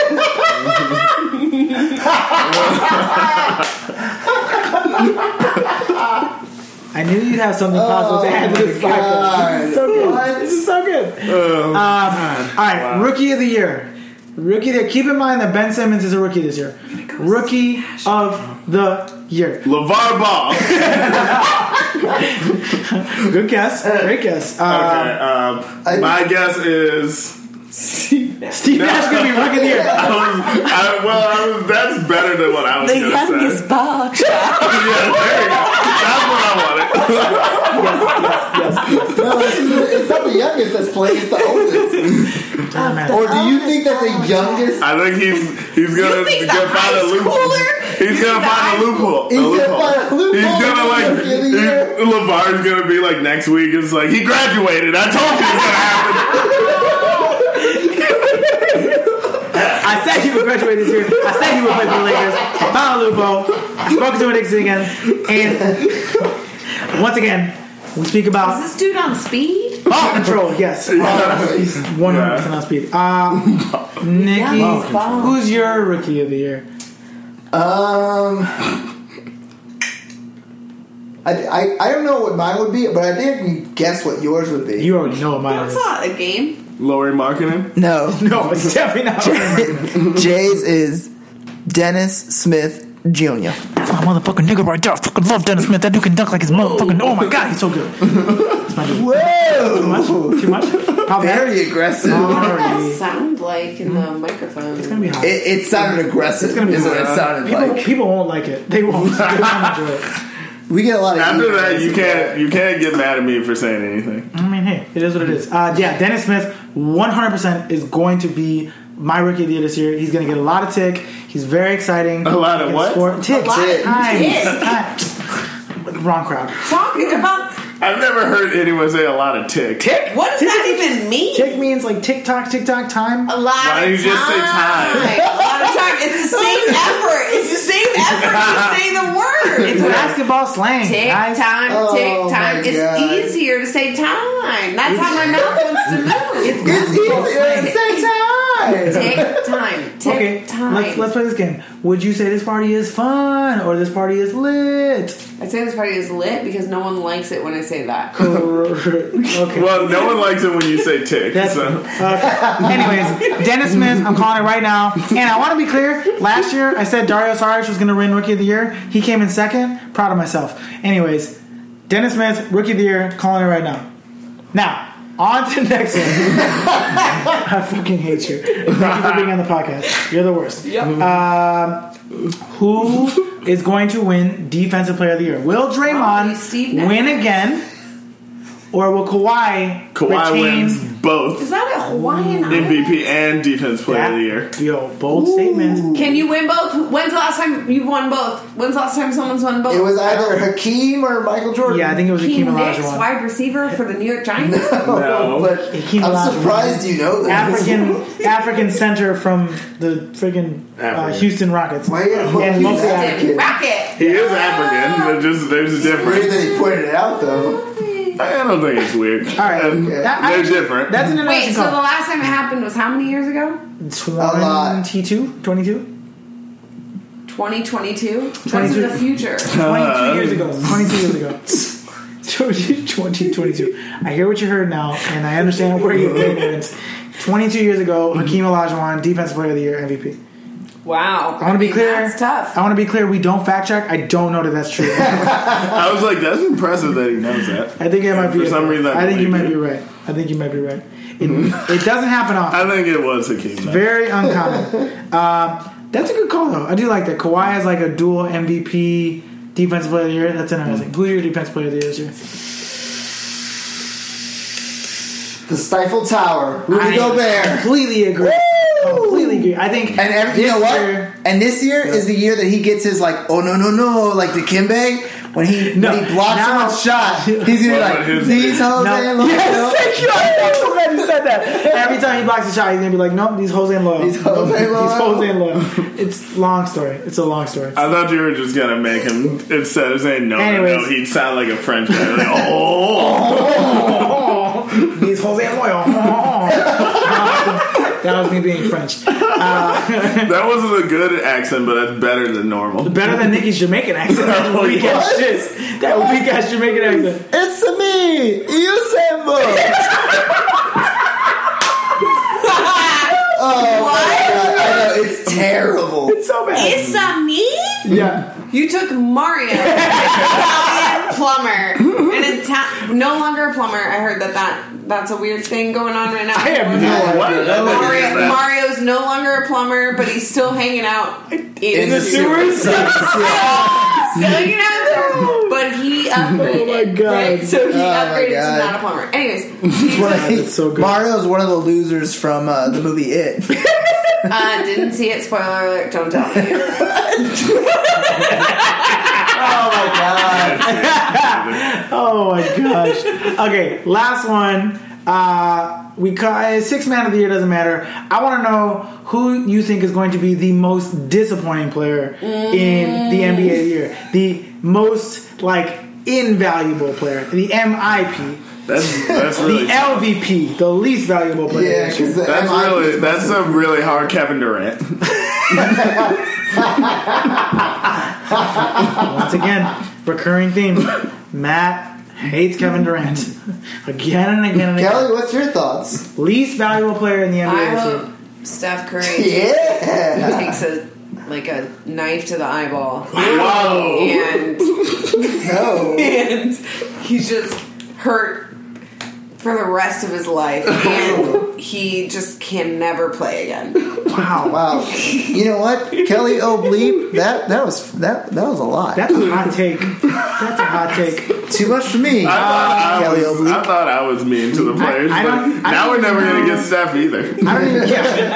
[SPEAKER 4] I knew you'd have something possible to add to this podcast. This is so good. This is so good. Um,
[SPEAKER 3] Oh,
[SPEAKER 4] All right, rookie of the year. Rookie of the year. Keep in mind that Ben Simmons is a rookie this year. Rookie of the Uh, year.
[SPEAKER 3] LeVar Ball. okay,
[SPEAKER 4] Good guess. Great guess. Uh,
[SPEAKER 3] um,
[SPEAKER 5] I-
[SPEAKER 3] my guess is.
[SPEAKER 4] Steve Nash going to be rookie of the
[SPEAKER 3] <laughs>
[SPEAKER 4] year.
[SPEAKER 3] I was, I, well, I was, that's better than what I was
[SPEAKER 6] The
[SPEAKER 3] going to say.
[SPEAKER 6] youngest ball.
[SPEAKER 3] <laughs> Yeah, there you go. That's what I wanted.
[SPEAKER 5] No, this is, it's not the youngest that's playing; it's the oldest.
[SPEAKER 4] Oh, man.
[SPEAKER 5] Or do you think that the youngest
[SPEAKER 3] I think he's he's gonna,
[SPEAKER 1] You think the
[SPEAKER 3] gonna find
[SPEAKER 1] high
[SPEAKER 3] a loophole.
[SPEAKER 1] schooler- you
[SPEAKER 3] He's gonna
[SPEAKER 1] think the
[SPEAKER 3] find
[SPEAKER 1] high
[SPEAKER 3] a loophole.
[SPEAKER 5] He's
[SPEAKER 3] a
[SPEAKER 5] gonna
[SPEAKER 3] loophole.
[SPEAKER 5] find a loophole
[SPEAKER 3] He's
[SPEAKER 5] in
[SPEAKER 3] gonna
[SPEAKER 5] the
[SPEAKER 3] like
[SPEAKER 5] rookie of the year.
[SPEAKER 3] he- Lavar's gonna be like next week. It's like he graduated. I told you it's gonna happen.
[SPEAKER 4] I said he would graduate this year. I said he would play for the Lakers. I found a loophole. I spoke to an Nixon again. And once again, we speak
[SPEAKER 1] Is
[SPEAKER 4] about
[SPEAKER 1] this dude on speed?
[SPEAKER 4] ball control.
[SPEAKER 5] <laughs>
[SPEAKER 4] Yes. Oh, He's 100% on speed. Uh, Nikki,
[SPEAKER 1] Youngest ball.
[SPEAKER 4] who's your rookie of the year?
[SPEAKER 5] Um, I, I, I don't know what mine would be, but I think I can guess what yours would be.
[SPEAKER 4] You already know what mine
[SPEAKER 1] That's
[SPEAKER 4] is.
[SPEAKER 1] not a game.
[SPEAKER 3] Lori marketing.
[SPEAKER 5] <laughs> no,
[SPEAKER 4] No, it's definitely not. My
[SPEAKER 5] <laughs> Jay's is Dennis Smith Jr.
[SPEAKER 4] motherfucking nigga right there. I fucking love Dennis Smith. That dude can dunk like his motherfucking. Oh my god, he's so good.
[SPEAKER 5] Whoa,
[SPEAKER 4] Too much? Probably.
[SPEAKER 5] very aggressive.
[SPEAKER 1] What
[SPEAKER 4] Sorry.
[SPEAKER 1] does that sound like in the microphone?
[SPEAKER 4] It's gonna be hot.
[SPEAKER 5] It, it sounded aggressive.
[SPEAKER 4] gonna be
[SPEAKER 5] is what it
[SPEAKER 4] hot.
[SPEAKER 5] sounded
[SPEAKER 4] people,
[SPEAKER 5] like.
[SPEAKER 4] people won't like it. They won't. They won't enjoy it.
[SPEAKER 5] We get a lot of
[SPEAKER 3] After
[SPEAKER 5] emails
[SPEAKER 3] that, you
[SPEAKER 5] about
[SPEAKER 3] can't you can't get mad at me for saying anything.
[SPEAKER 4] I mean, hey, it is what it is. Uh, yeah, Dennis Smith, 100% is going to be my rookie of the year this year. He's going to get a lot of tick. He's very exciting.
[SPEAKER 3] A lot of
[SPEAKER 4] He can
[SPEAKER 3] what?
[SPEAKER 4] Score. Tick.
[SPEAKER 1] lot of
[SPEAKER 4] tick.
[SPEAKER 1] tick.
[SPEAKER 4] Tick. Wrong crowd.
[SPEAKER 1] Talking about
[SPEAKER 3] I've never heard anyone say a lot of tick. Tick.
[SPEAKER 1] what does that even Oh, mean?
[SPEAKER 4] Tick means like tick tock, tick tock time.
[SPEAKER 1] A lot of
[SPEAKER 3] Why don't you just say time?
[SPEAKER 1] A lot of time. It's the
[SPEAKER 3] <laughs>
[SPEAKER 1] same effort. It's the same effort to say the word. It's
[SPEAKER 4] It's basketball slang.
[SPEAKER 1] Tick
[SPEAKER 4] guys.
[SPEAKER 1] time,
[SPEAKER 5] Oh,
[SPEAKER 1] tick time.
[SPEAKER 5] my
[SPEAKER 1] It's
[SPEAKER 5] God.
[SPEAKER 1] easier to say time. That's how my mouth wants to move.
[SPEAKER 5] <laughs> It's easier at the
[SPEAKER 1] Tick
[SPEAKER 5] same time.
[SPEAKER 1] time, tick
[SPEAKER 4] Okay,
[SPEAKER 1] time.
[SPEAKER 4] let's let's play this game. Would you say this party is fun or this party is
[SPEAKER 1] <laughs>
[SPEAKER 4] lit?
[SPEAKER 1] I say this party is lit because no one likes it when I say that.
[SPEAKER 4] okay.
[SPEAKER 3] Well, no one likes it when you say tick.
[SPEAKER 4] That's
[SPEAKER 3] so.
[SPEAKER 4] okay. Anyways, Dennis Smith, I'm calling it right now. And I want to be clear. Last year, I said Dario Saric was going to win Rookie of the Year. He came in second. Proud of myself. Anyways, Dennis Smith, Rookie of the Year, calling it right now. Now, on to the next one. <laughs> I fucking hate you. Thank you for being on the podcast. You're the worst. Yep. Um, who is going to win Defensive Player of the Year? Will
[SPEAKER 1] Probably
[SPEAKER 4] Draymond
[SPEAKER 1] Steve Nash.
[SPEAKER 4] win again? Or will Kawhi,
[SPEAKER 3] Kawhi
[SPEAKER 4] retain
[SPEAKER 3] wins both
[SPEAKER 1] Is that a Hawaiian island?
[SPEAKER 3] MVP and Defense Player of the Year.
[SPEAKER 4] That- Yo, bold statements.
[SPEAKER 1] Can you win both? When's the last time you won both? When's the last time someone's won both?
[SPEAKER 5] It was either Hakeem or Michael Jordan.
[SPEAKER 4] Yeah, I think it was Akeem
[SPEAKER 1] Hakeem Nicks,
[SPEAKER 4] Olajuwon.
[SPEAKER 1] wide receiver for the New York
[SPEAKER 5] <laughs>
[SPEAKER 1] Giants.
[SPEAKER 4] Oh,
[SPEAKER 3] No.
[SPEAKER 5] But
[SPEAKER 4] Hakeem
[SPEAKER 5] I'm
[SPEAKER 4] Olajuwon.
[SPEAKER 5] surprised you know that.
[SPEAKER 4] African African center from the friggin' uh,
[SPEAKER 3] African.
[SPEAKER 4] Houston Rockets.
[SPEAKER 5] Why you gotta put
[SPEAKER 4] And
[SPEAKER 5] me
[SPEAKER 4] most
[SPEAKER 5] in
[SPEAKER 4] of
[SPEAKER 5] African?
[SPEAKER 1] Rocket.
[SPEAKER 3] He is African, but just there's a
[SPEAKER 5] Weird
[SPEAKER 3] difference.
[SPEAKER 5] that he pointed it out though.
[SPEAKER 3] I don't think it's
[SPEAKER 4] <laughs>
[SPEAKER 3] weird.
[SPEAKER 4] All right.
[SPEAKER 3] Um,
[SPEAKER 4] That- I-
[SPEAKER 3] they're different.
[SPEAKER 4] That's an
[SPEAKER 1] Wait,
[SPEAKER 4] interesting
[SPEAKER 1] so the
[SPEAKER 4] call.
[SPEAKER 1] last time it happened was how many years ago?
[SPEAKER 5] lot.
[SPEAKER 4] 22? 22?
[SPEAKER 1] 2022? That's the
[SPEAKER 4] <laughs>
[SPEAKER 1] future.
[SPEAKER 4] 22 years
[SPEAKER 3] Uh,
[SPEAKER 4] ago. 22
[SPEAKER 3] <laughs>
[SPEAKER 4] years ago. 20, 22. I hear what you heard now, and I
[SPEAKER 3] Mm-hmm.
[SPEAKER 4] understand where you're ignorant. 22 years ago, Hakeem Olajuwon, Defensive Player of the Year, MVP.
[SPEAKER 1] Wow.
[SPEAKER 4] I want to be clear.
[SPEAKER 1] That's tough.
[SPEAKER 4] I want to be clear. We don't fact check. I don't know that that's
[SPEAKER 3] <laughs>
[SPEAKER 4] true.
[SPEAKER 3] I was like, that's impressive that he knows that.
[SPEAKER 4] I think it might be.
[SPEAKER 3] For some reason, I
[SPEAKER 4] I, think you
[SPEAKER 3] believe
[SPEAKER 4] might
[SPEAKER 3] you. Mm-hmm.
[SPEAKER 4] be right. I think you might be right. It, it doesn't happen
[SPEAKER 3] <laughs>
[SPEAKER 4] often.
[SPEAKER 3] I think it was Hakeem. Nicks.
[SPEAKER 4] Very uncommon. uh, that's a good call though. I do like that. Kawhi is like a dual MVP defensive player of the year. That's interesting. Who's your defensive player of the year this year?
[SPEAKER 5] The Stifle Tower. Rudy
[SPEAKER 4] I
[SPEAKER 5] Gobert.
[SPEAKER 4] Completely agree. Completely agree. I think
[SPEAKER 5] And every, you
[SPEAKER 4] this
[SPEAKER 5] know what?
[SPEAKER 4] year-
[SPEAKER 5] And this year is the year that he gets his like, oh no no no, like Dikembe when he
[SPEAKER 4] No,
[SPEAKER 5] when he blocks
[SPEAKER 4] now-
[SPEAKER 5] someone's shot, he's gonna be
[SPEAKER 3] What
[SPEAKER 5] like
[SPEAKER 3] about his-
[SPEAKER 5] these hoes
[SPEAKER 4] No.
[SPEAKER 5] ain't loyal."
[SPEAKER 4] Yes, thank you. I'm so glad you said that. Every time he blocks a shot, he's gonna be like, "Nope, these hoes ain't loyal.
[SPEAKER 5] These hoes
[SPEAKER 4] Nope,
[SPEAKER 5] ain't loyal."
[SPEAKER 4] These hoes ain't loyal." It's long story. It's a long story.
[SPEAKER 3] I thought you were just gonna make him instead of saying no, no, no,
[SPEAKER 4] Anyways.
[SPEAKER 3] he'd sound like a French guy. Like,
[SPEAKER 4] <laughs>
[SPEAKER 3] oh,
[SPEAKER 4] These hoes ain't loyal. <laughs> that was me being French.
[SPEAKER 3] that wasn't a good accent, but that's better than normal.
[SPEAKER 4] Better than Nicky's Jamaican accent. That <laughs> weak ass shit. That weak ass Jamaican accent.
[SPEAKER 5] It's me,
[SPEAKER 3] <laughs>
[SPEAKER 5] Usain Bolt.
[SPEAKER 4] Oh.
[SPEAKER 5] I know <laughs> it's terrible.
[SPEAKER 4] It's so bad.
[SPEAKER 1] It's a me?
[SPEAKER 4] Yeah.
[SPEAKER 1] You took
[SPEAKER 4] <laughs>
[SPEAKER 1] Mario, an Italian plumber, an Ita- no longer a plumber. I heard that, that that's a weird thing going on right now.
[SPEAKER 4] I have no
[SPEAKER 5] Yeah.
[SPEAKER 3] What? I
[SPEAKER 5] Yeah.
[SPEAKER 3] think it's
[SPEAKER 1] Mario,
[SPEAKER 3] that.
[SPEAKER 1] Mario's no longer a plumber, but he's still hanging out in, the
[SPEAKER 4] sewers?
[SPEAKER 1] Still hanging out in the sewers, but he upgraded.
[SPEAKER 4] my God.
[SPEAKER 1] Right? So he
[SPEAKER 5] Oh my
[SPEAKER 1] upgraded to
[SPEAKER 5] God.
[SPEAKER 1] not a plumber.
[SPEAKER 5] <laughs>
[SPEAKER 1] Anyways, he took-
[SPEAKER 4] that's so good. Oh
[SPEAKER 5] Mario's one of the losers from uh, the movie
[SPEAKER 4] <laughs>
[SPEAKER 5] It.
[SPEAKER 1] uh, didn't see it. Spoiler alert! Don't tell
[SPEAKER 5] <laughs>
[SPEAKER 1] me.
[SPEAKER 4] <laughs> Oh my gosh. Okay, last one. Uh, we ca- uh, six man of the year doesn't matter. I want to know who you think is going to be the most disappointing player in the NBA of the year, the most like invaluable player, the MIP,
[SPEAKER 3] That's that's
[SPEAKER 4] the
[SPEAKER 3] really
[SPEAKER 4] LVP, the least valuable player.
[SPEAKER 5] <laughs> yeah,
[SPEAKER 4] this year.
[SPEAKER 5] because the
[SPEAKER 3] that's
[SPEAKER 5] MIP
[SPEAKER 3] really that's a really hard Kevin Durant.
[SPEAKER 4] Once again, recurring theme. Matt hates Kevin
[SPEAKER 5] <laughs>
[SPEAKER 4] Durant again and again and again.
[SPEAKER 5] Kelly, what's your thoughts?
[SPEAKER 4] Least valuable player in the NBA.
[SPEAKER 1] I
[SPEAKER 4] this year.
[SPEAKER 1] hope Steph Curry
[SPEAKER 5] <laughs> Yeah.
[SPEAKER 1] takes a like a knife to the eyeball.
[SPEAKER 3] Whoa.
[SPEAKER 1] and
[SPEAKER 5] <laughs> No.
[SPEAKER 1] and he's just hurt for the rest of his
[SPEAKER 5] <laughs>
[SPEAKER 1] life, and he just can never play again.
[SPEAKER 4] Wow.
[SPEAKER 5] Wow. You know what? Kelly O'Bleep, that that was that that was a lot.
[SPEAKER 4] That's a hot take. That's a hot take.
[SPEAKER 5] Too much for me.
[SPEAKER 3] I thought, I,
[SPEAKER 5] Kelly
[SPEAKER 3] was,
[SPEAKER 5] Oblique.
[SPEAKER 3] I thought I was mean to the players,
[SPEAKER 4] I
[SPEAKER 3] but
[SPEAKER 4] don't- I
[SPEAKER 3] now
[SPEAKER 4] don't
[SPEAKER 3] we're never
[SPEAKER 4] know.
[SPEAKER 3] gonna get
[SPEAKER 4] <laughs>
[SPEAKER 3] Steph either.
[SPEAKER 4] I don't even care.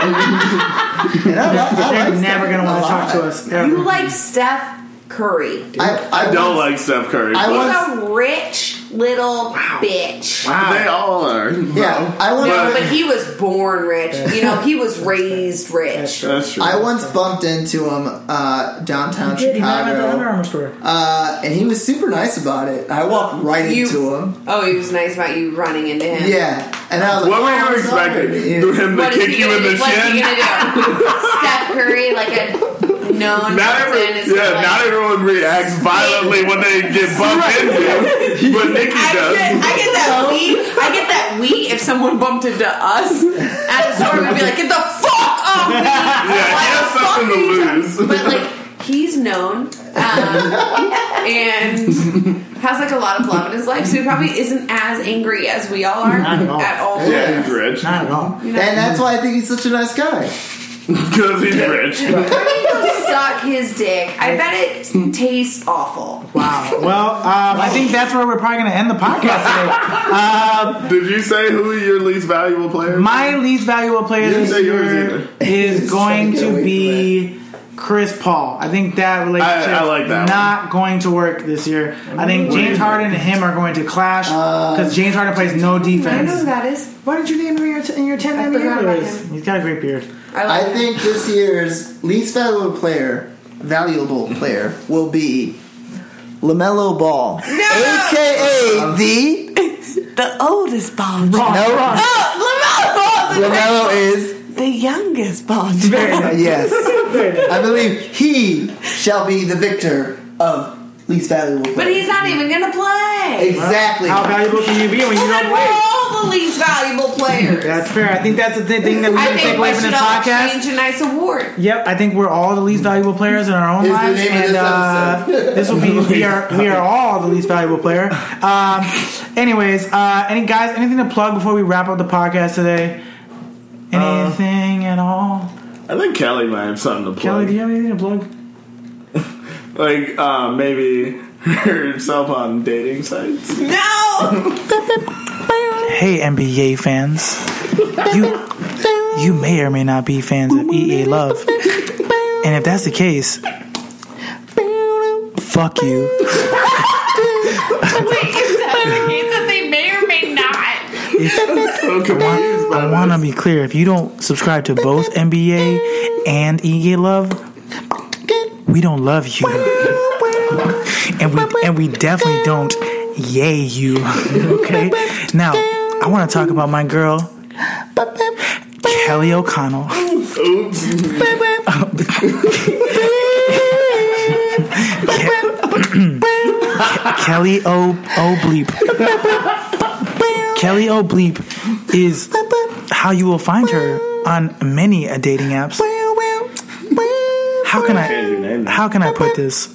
[SPEAKER 5] And I, I, I
[SPEAKER 4] They're
[SPEAKER 5] like
[SPEAKER 4] never
[SPEAKER 5] Stephen
[SPEAKER 4] gonna
[SPEAKER 5] a
[SPEAKER 4] want to talk to
[SPEAKER 5] lot.
[SPEAKER 4] us
[SPEAKER 1] You
[SPEAKER 4] ever.
[SPEAKER 1] like Steph Curry?
[SPEAKER 5] I,
[SPEAKER 3] I don't like Steph Curry.
[SPEAKER 5] I
[SPEAKER 3] but
[SPEAKER 5] was-
[SPEAKER 1] He's a rich little bitch.
[SPEAKER 3] they all are.
[SPEAKER 5] Yeah, I once
[SPEAKER 1] No,
[SPEAKER 3] But-
[SPEAKER 1] but he was born rich. You know, he
[SPEAKER 5] <laughs>
[SPEAKER 1] was raised rich.
[SPEAKER 3] That's true.
[SPEAKER 5] I once bumped into him uh, downtown
[SPEAKER 4] Did he not at the Under
[SPEAKER 5] Chicago,
[SPEAKER 4] Armour store?
[SPEAKER 5] uh, and he was super nice about it. I walked right
[SPEAKER 1] You-
[SPEAKER 5] into him.
[SPEAKER 1] Oh, he was nice about you running into him.
[SPEAKER 5] Yeah, and I was like,
[SPEAKER 3] what were
[SPEAKER 5] "Oh,
[SPEAKER 3] you
[SPEAKER 5] I'm sorry."
[SPEAKER 3] expecting?
[SPEAKER 5] Yeah.
[SPEAKER 3] Him to
[SPEAKER 1] What is
[SPEAKER 3] kick
[SPEAKER 1] he
[SPEAKER 3] you
[SPEAKER 1] gonna
[SPEAKER 3] in
[SPEAKER 1] do?
[SPEAKER 3] the
[SPEAKER 1] What's he
[SPEAKER 3] shin?
[SPEAKER 1] gonna do?
[SPEAKER 5] <laughs>
[SPEAKER 1] Steph Curry, like a known
[SPEAKER 3] Not
[SPEAKER 1] person,
[SPEAKER 3] every,
[SPEAKER 1] is
[SPEAKER 3] yeah,
[SPEAKER 1] gonna, like,
[SPEAKER 3] not everyone reacts violently when they get
[SPEAKER 1] <laughs>
[SPEAKER 3] bumped into, but Nikki
[SPEAKER 1] I
[SPEAKER 3] does.
[SPEAKER 1] get, I get
[SPEAKER 5] <laughs>
[SPEAKER 1] that we. I get that we. If someone bumped into us at a store, we'd be like, "Get the fuck up!" we."
[SPEAKER 5] <laughs>
[SPEAKER 3] yeah,
[SPEAKER 1] Why
[SPEAKER 3] he
[SPEAKER 1] the
[SPEAKER 3] has
[SPEAKER 1] fuck
[SPEAKER 3] something
[SPEAKER 1] are you
[SPEAKER 3] to
[SPEAKER 1] talking-
[SPEAKER 3] lose.
[SPEAKER 1] But like, he's known, um, and has like a lot of love in his life, so he probably isn't as angry as we all are
[SPEAKER 4] Not at all.
[SPEAKER 1] at all.
[SPEAKER 3] yeah, he's rich <laughs>
[SPEAKER 4] Not at all.
[SPEAKER 5] And that's why I think he's such a nice guy.
[SPEAKER 3] because he's rich.
[SPEAKER 1] Go suck his dick. I bet it tastes awful.
[SPEAKER 4] Wow. Well, um, I think that's where we're probably going to end the podcast today.
[SPEAKER 3] Did you say who your least valuable player? is?
[SPEAKER 4] My least valuable player
[SPEAKER 3] Didn't
[SPEAKER 4] this
[SPEAKER 3] say yours
[SPEAKER 4] year
[SPEAKER 3] either.
[SPEAKER 4] <laughs> is going
[SPEAKER 5] Just trying to get
[SPEAKER 4] to
[SPEAKER 5] away
[SPEAKER 4] be Chris Paul. I think that relationship
[SPEAKER 3] I like that
[SPEAKER 4] is not going to work this year. I think James Harden and him are going to clash because James Harden plays no defense.
[SPEAKER 1] that is.
[SPEAKER 4] Why didn't you name him in your, in your 10
[SPEAKER 1] I
[SPEAKER 4] NBA
[SPEAKER 1] forgot about
[SPEAKER 4] players? He's got a great beard.
[SPEAKER 1] I
[SPEAKER 5] I
[SPEAKER 1] like it.
[SPEAKER 5] think this year's least valuable player, valuable player, will be Lamelo Ball, aka the
[SPEAKER 7] The oldest Bond.
[SPEAKER 4] Wrong.
[SPEAKER 5] No.
[SPEAKER 4] wrong.
[SPEAKER 5] Lamelo is
[SPEAKER 7] The youngest Bond.
[SPEAKER 4] <laughs> Very
[SPEAKER 5] <laughs>
[SPEAKER 4] nice.
[SPEAKER 5] yes. I believe he shall be the victor of least valuable player.
[SPEAKER 1] But he's not even gonna play.
[SPEAKER 5] exactly.
[SPEAKER 4] How valuable can you be when you
[SPEAKER 1] Well,
[SPEAKER 4] don't
[SPEAKER 1] then
[SPEAKER 4] play?
[SPEAKER 1] we're all all the least valuable players.
[SPEAKER 4] That's fair. I think that's the thi- thing that we
[SPEAKER 1] I
[SPEAKER 4] can take
[SPEAKER 1] think we
[SPEAKER 4] away from
[SPEAKER 1] should
[SPEAKER 4] this
[SPEAKER 1] all
[SPEAKER 4] podcast.
[SPEAKER 1] change a nice award.
[SPEAKER 4] Yep, I think we're all the least valuable players in our own
[SPEAKER 2] Is the
[SPEAKER 4] lives,
[SPEAKER 2] name of
[SPEAKER 4] and
[SPEAKER 2] this
[SPEAKER 4] uh, this will be we are we are all the least valuable player. Um, anyways, uh, any guys, anything to plug before we wrap up the podcast today? Uh, Anything at all?
[SPEAKER 3] I think Kelly might have something to
[SPEAKER 4] Kelly, do
[SPEAKER 3] plug.
[SPEAKER 4] you have anything to plug?
[SPEAKER 3] Like uh, maybe <laughs> herself on dating sites.
[SPEAKER 1] No,
[SPEAKER 4] Hey, NBA fans, you you may or may not be fans of EA Love, and if that's the case, fuck you.
[SPEAKER 1] <laughs> wait, is that the case that they may or may not?
[SPEAKER 3] So confused by
[SPEAKER 4] I
[SPEAKER 3] this.
[SPEAKER 4] want to be clear. If you don't subscribe to both NBA and EA Love, we don't love you, and we and we definitely don't yay you. <laughs> Okay. Now, I want to talk about my girl, Kelly O'Connell. Kelly O O bleep. Kelly O bleep is how you will find her on many a dating apps. How can
[SPEAKER 3] Change your name.
[SPEAKER 4] I how can I put this?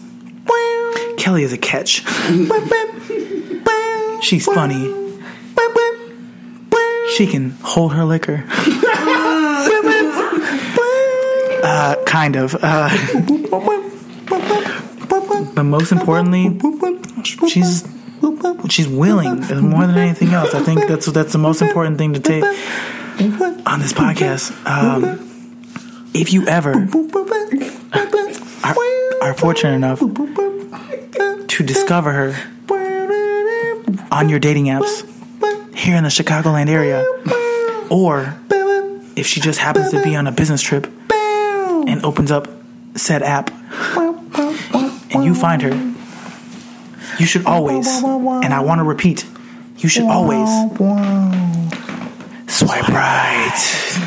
[SPEAKER 4] Kelly is a catch. She's funny. She can hold her liquor. uh, kind of. Uh, but most importantly, she's she's willing more than anything else. I think that's that's the most important thing to take on this podcast. Um, if you ever are, are fortunate enough to discover her on your dating apps here in the Chicagoland area, or if she just happens to be on a business trip and opens up said app and you find her, you should always, and I want to repeat, you should always swipe right.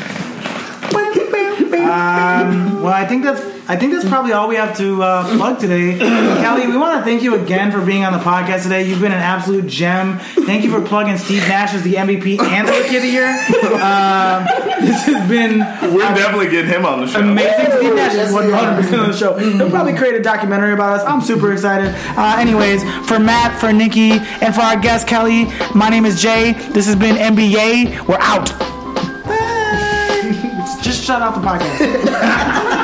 [SPEAKER 4] Um, Well, I think that's I think that's probably all we have to uh, plug <coughs> today. Kelly, we want to thank you again for being on the podcast today. You've been an absolute gem. Thank you for plugging Steve Nash as the MVP <coughs> and the Rookie of the Year. Um, this has been
[SPEAKER 3] We're definitely getting him on the show.
[SPEAKER 4] amazing. Steve Nash is 100 percent on the show. They'll probably create a documentary about us. I'm super excited. Uh, anyways, for Matt, for Nikki, and for our guest Kelly, my name is Jay. This has been NBA. We're out. Just shut off the podcast.